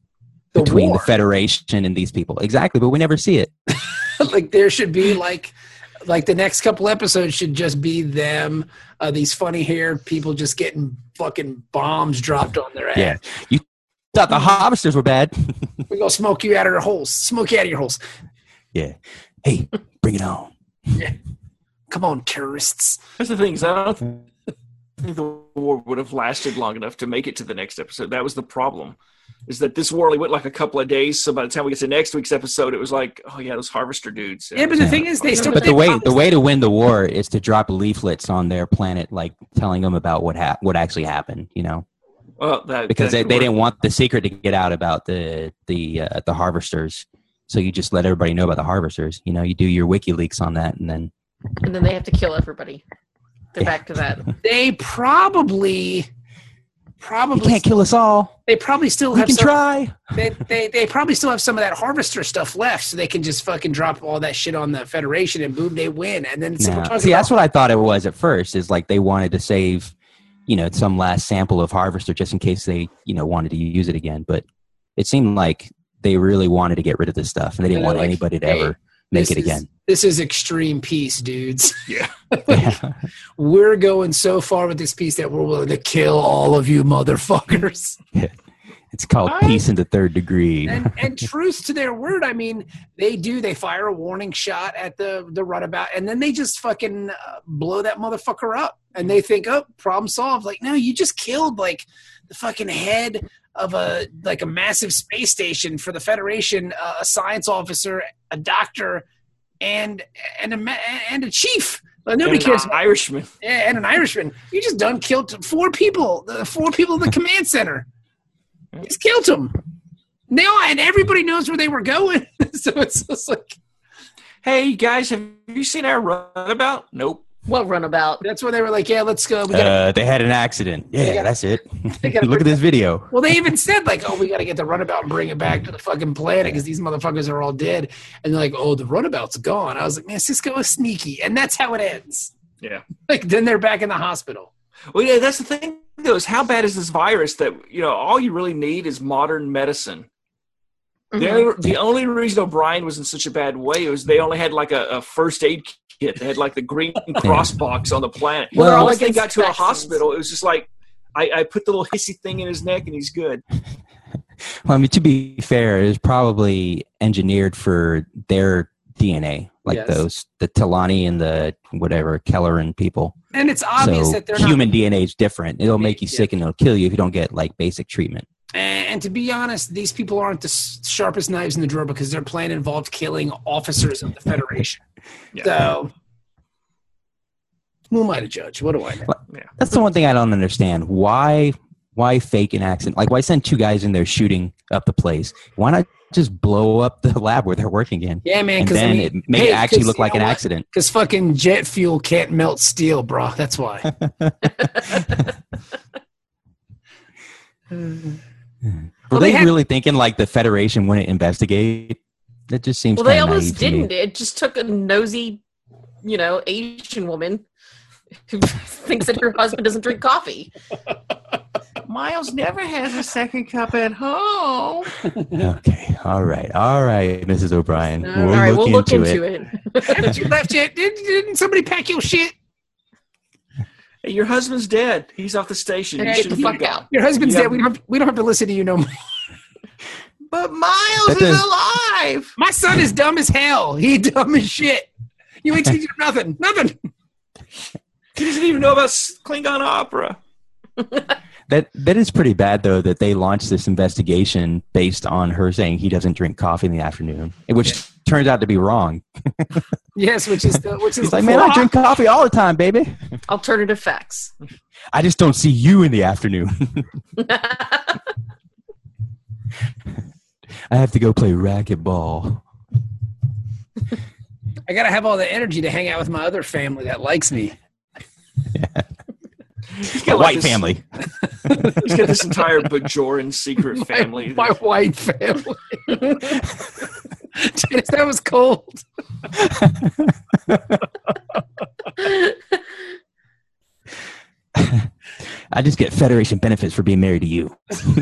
B: the
D: between
B: war
D: the Federation and these people? Exactly, but we never see it.
B: like there should be like like the next couple episodes should just be them uh, these funny haired people just getting fucking bombs dropped on their ass
D: Yeah. You thought the harvesters were bad.
B: We're gonna smoke you out of your holes. Smoke you out of your holes.
D: hey, bring it on.
B: Come on, terrorists.
E: That's the thing is, I don't think the war would have lasted long enough to make it to the next episode. That was the problem, is that this war only went like a couple of days. So by the time we get to next week's episode, it was like, "Oh yeah, those Harvester dudes."
B: Yeah, but the thing is, they still.
D: But
B: they
D: the way
B: promised-
D: the way to win the war is to drop leaflets on their planet, like telling them about what hap- what actually happened. You know,
E: well, that,
D: because
E: that
D: they,
E: could
D: they
E: work.
D: didn't want the secret to get out about the the uh, the harvesters. So you just let everybody know about the harvesters. You know, you do your WikiLeaks on that, and then
C: And then they have to kill everybody. They're
D: Yeah.
C: back to that.
B: they probably,
D: you
B: probably,
D: can't kill us all.
B: they probably still
D: We
B: have
D: can
B: some.
D: try.
B: They, they they probably still have some of that harvester stuff left, so they can just fucking drop all that shit on the Federation and boom, they win. And then it's we're
D: No.
B: talking
D: See,
B: about-
D: that's what I thought it was at first. Is like they wanted to save, you know, some last sample of harvester just in case they, you know, wanted to use it again. But it seemed like they really wanted to get rid of this stuff, and they didn't
B: They're
D: want
B: like,
D: anybody to
B: "Hey,
D: ever make
B: this
D: it
B: is-
D: again.
B: This is extreme peace, dudes.
D: Yeah.
B: We're going so far with this piece that we're willing to kill all of you motherfuckers.
D: it's called
B: I-
D: peace in the third degree.
B: and and truth to their word i mean they do they fire a warning shot at the the runabout and then they just fucking uh, blow that motherfucker up and they think oh problem solved like no you just killed like the fucking head of a like a massive space station for the federation uh, a science officer a doctor and and a ma- and a chief Like, nobody
E: And an
B: cares
E: Irishman.
B: yeah, Eh, and an Irishman. You just done killed four people, the four people in the command center. You Just killed them. Now, and everybody knows where they were going. so it's just like,
E: Hey you guys, have you seen our runabout? Nope.
C: What runabout?
B: that's where they were like, yeah, let's go. We gotta,
D: Uh, they had an accident. Yeah,
B: gotta-
D: that's it.
B: they gotta-
D: Look at this video.
B: well, they even said, like, oh, we got to get the runabout and bring it back to the fucking planet because these motherfuckers are all dead. And they're like, oh, the runabout's gone. I was like, man, Cisco is sneaky. And that's how it ends.
E: Yeah.
B: Like, then they're back in the hospital.
E: Well, yeah, that's the thing though. Is how bad is this virus that you know? All you really need is modern medicine.
C: Mm-hmm.
E: The, only, the only reason O'Brien was in such a bad way was they only had like a, a first aid kit. They had like the green cross box on the planet.
D: Well,
E: Well,
D: they're
E: once they
C: against
E: got to a
C: vaccines.
E: hospital, it was just like I, I put the little hissy thing in his neck and he's good.
D: Well, I mean, to be fair, it was probably engineered for their DNA, like
B: Yes.
D: those the Talani and the whatever Kelleran people.
B: And it's obvious
D: so
B: that they're not
D: human DNA is different. It'll make you
B: Yeah.
D: sick and it'll kill you if you don't get like basic treatment.
B: And to be honest, these people aren't the s- sharpest knives in the drawer because their plan involved killing officers of the Federation.
E: Yeah.
B: So, who am I to judge? What do I know?
D: That's the one thing I don't understand. Why why fake an accident? Like why send two guys in there shooting up the place? Why not just blow up the lab where they're working in?
B: Yeah, man.
D: And
B: Because
D: then it make it actually look like an accident.
B: Because fucking jet fuel can't melt steel, bro. That's why.
D: Were
B: Well, they
D: they,
B: had-
D: really thinking like the Federation wouldn't investigate? That just seems
C: Well, they
D: kinda
C: almost
D: naive to me.
C: didn't. It just took a nosy, you know, Asian woman who thinks that her husband doesn't drink coffee.
E: Miles never has a second cup at home.
D: Okay. All right. All right, Mrs. O'Brien.
C: Uh,
D: we'll
C: all right,
D: look
C: we'll look
D: into, it.
C: into it.
B: Haven't you left yet? Did, didn't somebody pack your shit?
E: Hey, your husband's dead. He's off the station. You
C: Get the
E: shouldn't
C: fuck
E: be-
C: out.
B: Your husband's
E: Yeah.
B: dead. We don't, have, we don't have to listen to you no more.
E: But Miles
D: That
E: is
D: does-
E: alive.
B: My son is dumb as hell. He dumb as shit. You ain't teaching him nothing. Nothing.
E: He doesn't even know about s- Klingon opera.
D: That that is pretty bad though that they launched this investigation based on her saying he doesn't drink coffee in the afternoon, which turns out to be wrong.
B: Yes, which is the which is
D: He's like, man, I drink coffee all the time, baby.
C: Alternative facts.
D: I just don't see you in the afternoon. I have to go play racquetball.
B: I gotta have all the energy to hang out with my other family that likes me.
E: He's
D: The
E: got like
D: white
E: this-
D: family.
E: He's got this entire Bajoran secret family.
B: my, my white family. Dennis, that was cold.
D: I just get Federation benefits for being married to you.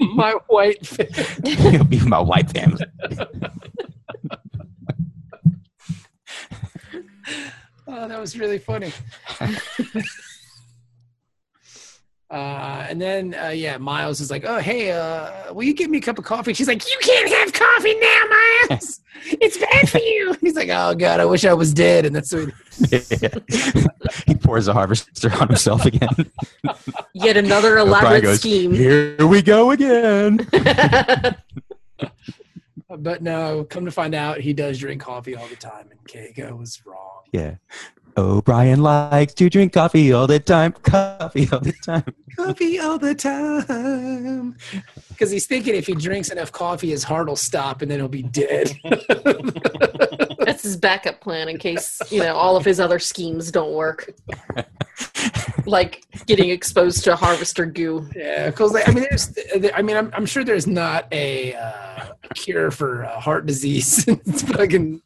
B: My white family.
D: You'll be my white family.
B: Oh, that was really funny. Uh, and then, uh, yeah, Miles is like, "Oh, hey, uh, will you give me a cup of coffee?" She's like, "You can't have coffee now, Miles. It's bad for you." And he's like, "Oh God, I wish I was dead." And that's what
D: he pours the harvester on himself again.
C: Yet another
D: O'Brien
C: elaborate
D: goes,
C: scheme.
D: Here we go again.
B: But no, come to find out, he does drink coffee all the time, and Keiko was wrong.
D: yeah. O'Brien likes to drink coffee all the time. Coffee all the time.
B: Coffee all the time. Because he's thinking if he drinks enough coffee, his heart will stop and then he'll be dead.
C: That's his backup plan in case, you know, all of his other schemes don't work. like getting exposed to harvester goo.
B: yeah, because I mean, there's, I mean, I'm, I'm sure there's not a uh, cure for uh, heart disease. it's fucking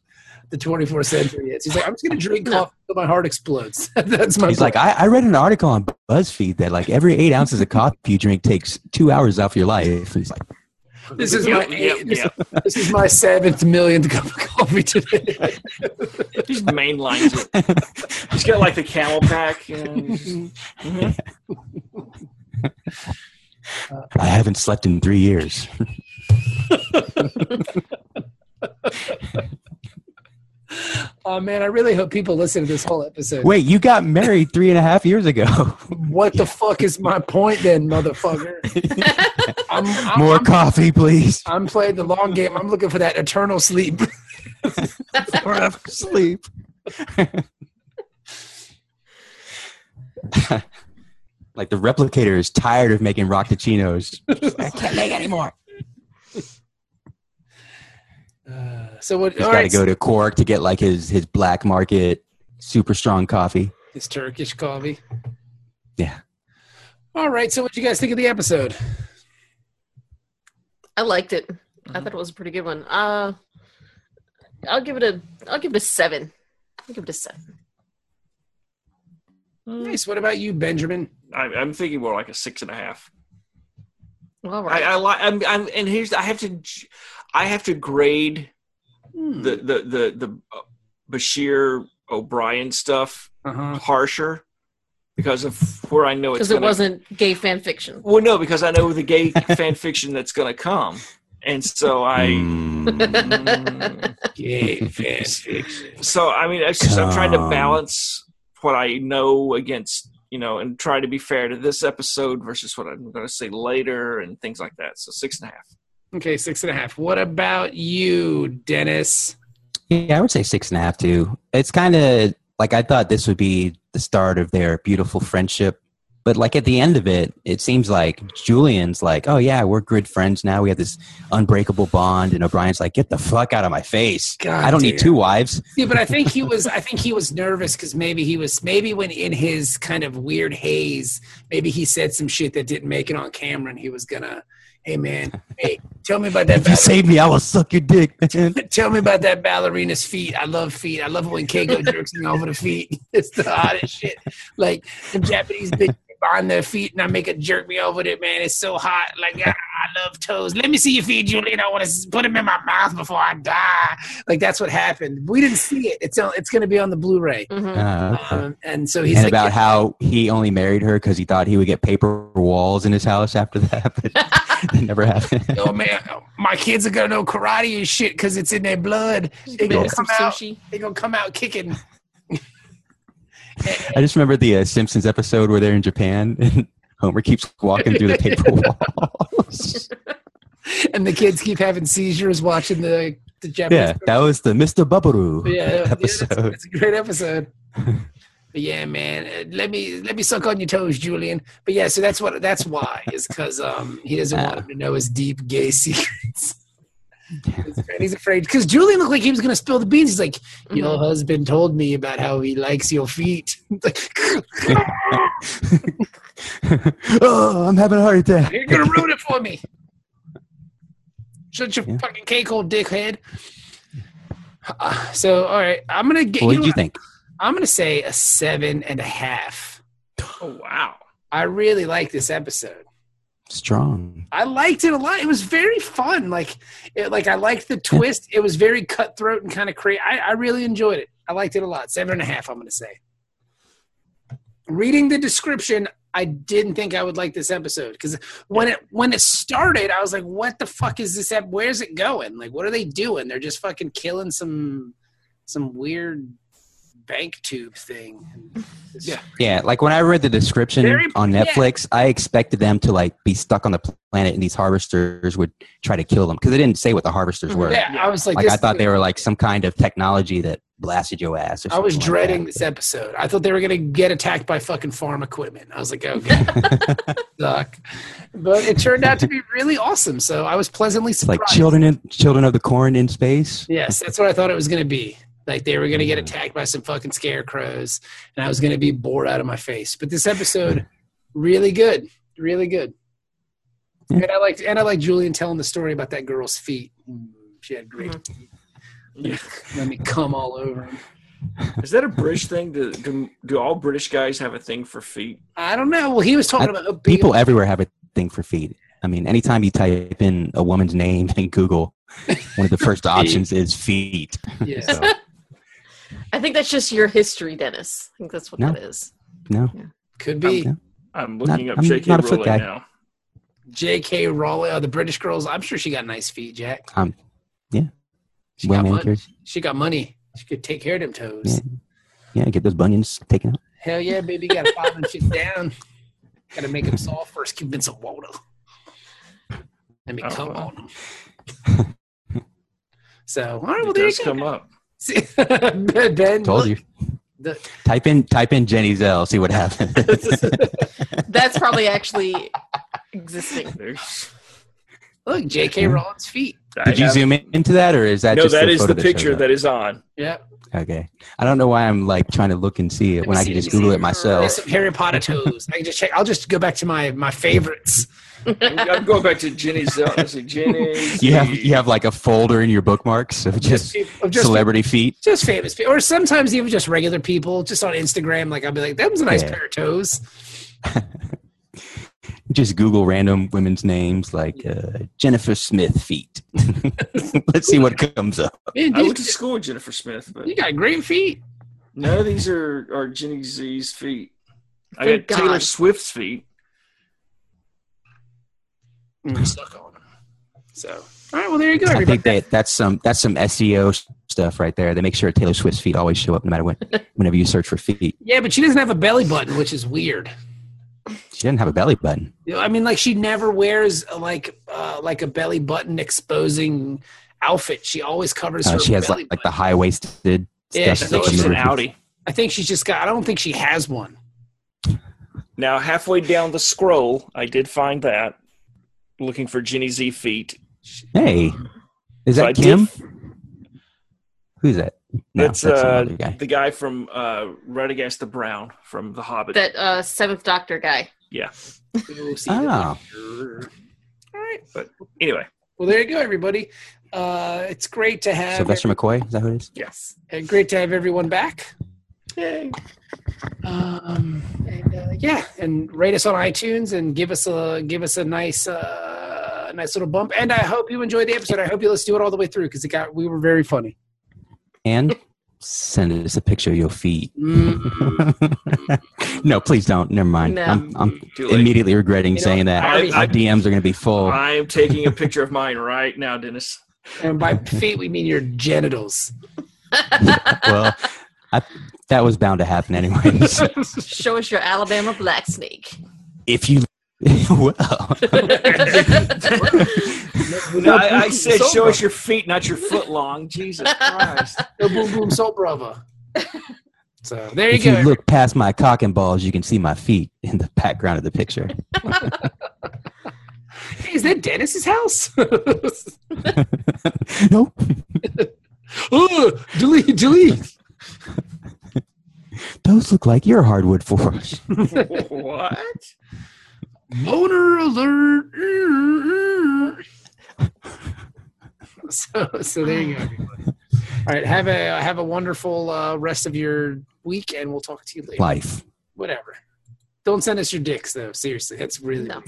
B: the 24th century. It's, he's like, I'm just gonna drink coffee until my heart explodes. That's my.
D: He's like, I, I read an article on BuzzFeed that like every eight ounces of coffee you drink takes two hours off your life. He's like,
B: this is my
E: Yep, yep,
B: eight-
E: yep.
B: this is my seventh millionth cup of coffee today.
E: Just mainlines it. He's got like the camel pack. You know, he's just- Mhm.
D: I haven't slept in three years.
B: Oh man, I really hope people listen to this whole episode.
D: Wait, you got married three and a half years ago.
B: What the fuck is my point then, motherfucker? I'm, I'm,
D: More
B: I'm,
D: coffee, please.
B: I'm playing the long game. I'm looking for that eternal sleep.
D: Forever sleep. like the replicator is tired of making rockticinos. I can't make anymore.
B: Uh, so what?
D: He's
B: all
D: got to
B: right,
D: go to Cork to get like his his black market super strong coffee.
B: it's Turkish coffee.
D: Yeah.
B: All right. So what you guys think of the episode?
C: I liked it. I thought it was a pretty good one. Uh I'll give it a I'll give it a seven. I'll give it a seven.
B: Nice. What about you, Benjamin?
E: I- I'm thinking more like a six and a half.
C: All
E: I,
C: right.
E: I like. I'm, I'm. And here's. I have to. j- I have to grade
C: Hmm.
E: the the the the uh, Bashir O'Brien stuff
B: Uh-huh.
E: harsher because of where I know it's
C: because it
E: going to
C: wasn't gay fan fiction.
E: Well, no, because I know the gay fan fiction that's going to come, and so I.
D: Mm.
E: Mm.
B: Gay fans.
E: so I mean, it's just I'm trying to
D: Come.
E: balance what I know against you know, and try to be fair to this episode versus what I'm going to say later and things like that. So six and a half.
B: Okay, six and a half. What about you, Dennis?
D: Yeah, I would say six and a half too. It's kind of like I thought this would be the start of their beautiful friendship, but like at the end of it, it seems like Julian's like, "Oh yeah, we're good friends now. We have this unbreakable bond," and O'Brien's like, "Get the fuck out of my face!
B: God
D: I don't
B: damn.
D: need two wives."
B: Yeah, but I think he was. I think he was nervous because maybe he was. Maybe when in his kind of weird haze, maybe he said some shit that didn't make it on camera, and he was gonna. Hey man, hey, tell me about that.
D: If you
B: ballerina-
D: save me, I will suck your dick, man.
B: tell me about that ballerina's feet. I love feet. I love it when Keiko jerks me over the feet. It's the hottest shit. Like the Japanese bitch behind their feet, and I make it jerk me over it. Man, it's so hot. Like ah, I love toes. Let me see your feet, Julian. I want to put them in my mouth before I die. Like that's what happened. We didn't see it. It's on, it's going to be on the Blu-ray.
C: Mhm.
D: Uh, okay.
B: Um, and so he's
D: and
B: like,
D: about how he only married her because he thought he would get paper walls in his house after that, but it never happened.
B: "Oh man, my kids are gonna know karate and shit because it's in their blood. They
C: Make
B: gonna
C: us some
B: come out.
C: sushi.
B: They gonna come out kicking."
D: I just remember the uh, Simpsons episode where they're in Japan and Homer keeps walking through the paper walls.
B: and the kids keep having seizures watching the the Japanese.
D: yeah, that was the Mr. Babaru
B: Yeah, yeah, that's,
D: episode.
B: that's a great episode. but yeah, man, uh, let me let me suck on your toes, Julian. But yeah, so that's what that's why is because um he doesn't want him to know his deep gay secrets. He's afraid- He's afraid because Julian looked like he was gonna spill the beans. He's like,
C: Mm-hmm.
B: "Your
D: Mm-hmm.
B: husband told me about how he likes your feet." Like,
D: oh, I'm having a heart attack.
B: You're gonna ruin it for me. Shut your
D: Yeah.
B: fucking cake, old dickhead. Uh, so, all right, I'm gonna get
D: What
B: you.
D: did
B: know
D: you
B: what?
D: think?
B: I'm gonna say a seven and a half.
E: Oh wow.
B: I really like this episode.
D: Strong.
B: I liked it a lot. It was very fun. Like, it, like I liked the twist. It was very cutthroat and kind of crazy. I, I really enjoyed it. I liked it a lot. Seven and a half. I'm gonna say. Reading the description, I didn't think I would like this episode because when it when it started, I was like, "What the fuck is this? Ep- Where's it going? Like, what are they doing? They're just fucking killing some some weird bank tube thing."
E: Yeah.
D: Yeah, like when I read the description
B: Very-
D: on
B: yeah.
D: Netflix, I expected them to like be stuck on the planet and these harvesters would try to kill them because they didn't say what the harvesters were.
B: yeah, I was like,
D: Like I
B: this-
D: thought they were like some kind of technology that blasted your ass. Or
B: I was
D: something like
B: dreading
D: that.
B: this episode. I thought they were going to get attacked by fucking farm equipment. I was like, okay, suck. But it turned out to be really awesome. So I was pleasantly
D: It's like
B: surprised.
D: children, in, children of the corn in space.
B: Yes, that's what I thought it was going to be. Like they were going to
D: Mm.
B: get attacked by some fucking scarecrows, and I was going to be bored out of my face. But this episode, really good, really good.
D: Yeah.
B: And I liked, and I like Julian telling the story about that girl's feet. Mm, She had great. feet.
E: Yeah.
B: Let me come all over him.
E: Is that a British thing? Do, do, do all British guys have a thing for feet?
B: I don't know. Well, he was talking
D: I-
B: about being-
D: people everywhere have a thing for feet. I mean, anytime you type in a woman's name in Google, one of the first options is feet.
B: Yeah.
D: So,
C: I think that's just your history, Dennis. I think that's what
D: No.
C: that is.
D: no,
B: Could be.
D: Okay.
E: I'm looking
D: Not-
E: up
D: I'm
E: J.K.
D: not a foot
E: Rowling
D: guy.
E: now.
B: J.K. Rowling, oh, the British girls. I'm sure she got nice feet, Jack.
D: Um, yeah.
B: She
D: well
B: got money.
D: manicured.
B: She got money. She could take care of them toes.
D: Yeah, get those bunions taken out.
B: Hell yeah, baby. Got to pop them shit down. Got to make them soft first. Give them some water. Let me
E: Oh,
B: come
E: wow.
B: on them. so, all right. Well,
E: It
B: there you
E: does
B: go.
E: come up.
B: See- ben, Ben,
D: Told you.
B: the-
D: Type in type in Jenny Zell, see what happens.
C: That's probably actually existing.
E: There's,
B: look, J.K. Rowling's feet.
E: I
D: Did you
E: have-
D: zoom in, into that, or is that
E: No,
D: just
E: that
D: the
E: is
D: photo
E: the
D: that showed
E: picture
D: up?
E: that is on.
B: Yeah.
D: Okay, I don't know why I'm like trying to look and see it
C: Let
D: when
C: me
D: I
C: see,
D: can
C: let
D: just
C: me see.
D: Google it
B: There's
D: myself.
B: some Harry Potter toes. I can just check. I'll just go back to my my favorites.
E: I'm going back to Jenny's. uh, Let's see, Jenny's.
D: You have you have like a folder in your bookmarks of just,
B: Of just
D: celebrity feet.
B: just famous people, or sometimes even just regular people, just on Instagram. Like I'll be like, "That was a nice
D: Yeah.
B: pair of toes."
D: Just Google random women's names like uh, Jennifer Smith feet. Let's see what comes up.
B: Man,
E: I
B: dude,
E: went to school with Jennifer Smith, but
B: you got great feet.
E: none of these are, are Jenny Z's feet. I
C: Thank
E: got Taylor
C: God.
E: Swift's feet.
B: I'm stuck on them. So, all right. Well, there you go,
D: I
B: everybody.
D: think that that's some that's some SEO stuff right there. They make sure Taylor Swift's feet always show up no matter what. Whenever you search for feet,
B: yeah, but she doesn't have a belly button, which is weird.
D: she doesn't have a belly button.
B: You know, I mean, like she never wears uh, like uh, like a belly button exposing outfit. She always covers
D: Uh,
B: her
D: she has
B: belly
D: like, like the
B: button.
D: high waisted
B: Yeah,
D: stuff.
B: she's
D: that
B: always
E: She's
D: comes
E: an
D: over from-
E: Audi.
B: I think she's just got. I don't think she has one.
E: Now, halfway down the scroll, I did find that looking for Jenny Z feet.
D: Hey, is
E: So
D: that
E: I
D: Kim?
E: did-
D: Who's that?
E: That's,
D: some
E: uh,
D: other guy.
E: the guy from uh, Red Against the Brown from The Hobbit.
C: That uh, seventh doctor guy.
E: yeah.
B: We'll see.
D: Oh,
B: All right.
E: Anyway,
B: Well, there you go, everybody. Uh, it's great to have
D: Sylvester McCoy. Is that who it is?
E: yes.
B: uh, great to have everyone back.
E: Yay.
B: Um, and, uh, yeah, and rate us on iTunes and give us a give us a nice uh, nice little bump. And I hope you enjoyed the episode. I hope you let's do it all the way through because it got we were very funny.
D: And send us a picture of your feet.
B: Mm,
D: no, please don't. Never mind.
C: No.
D: I'm, I'm
E: Too late.
D: immediely regretting
B: You know,
D: saying that.
E: I-
D: Our
E: I-
D: DMs are going to be full.
E: I am taking a picture of mine right now, Dennis.
B: and by feet we mean your genitals.
D: well, I, that was bound to happen anyways.
C: Show us your Alabama black snake.
D: if you, well,
E: No, I, I said show us your feet, not your foot long. Jesus Christ.
B: No boom boom so brava. So there you
D: if
B: go.
D: you look past my cock and balls, you can see my feet in the background of the picture.
B: Hey, is that Dennis's house?
D: nope.
B: Ugh, delete delete.
D: Those look like your hardwood floors.
E: what?
B: Boner alert. so, so there you go. everybody. All right, have a have a wonderful uh, rest of your week, and we'll talk to you later.
D: Life.
B: Whatever. Don't send us your dicks, though. Seriously, that's really
C: No.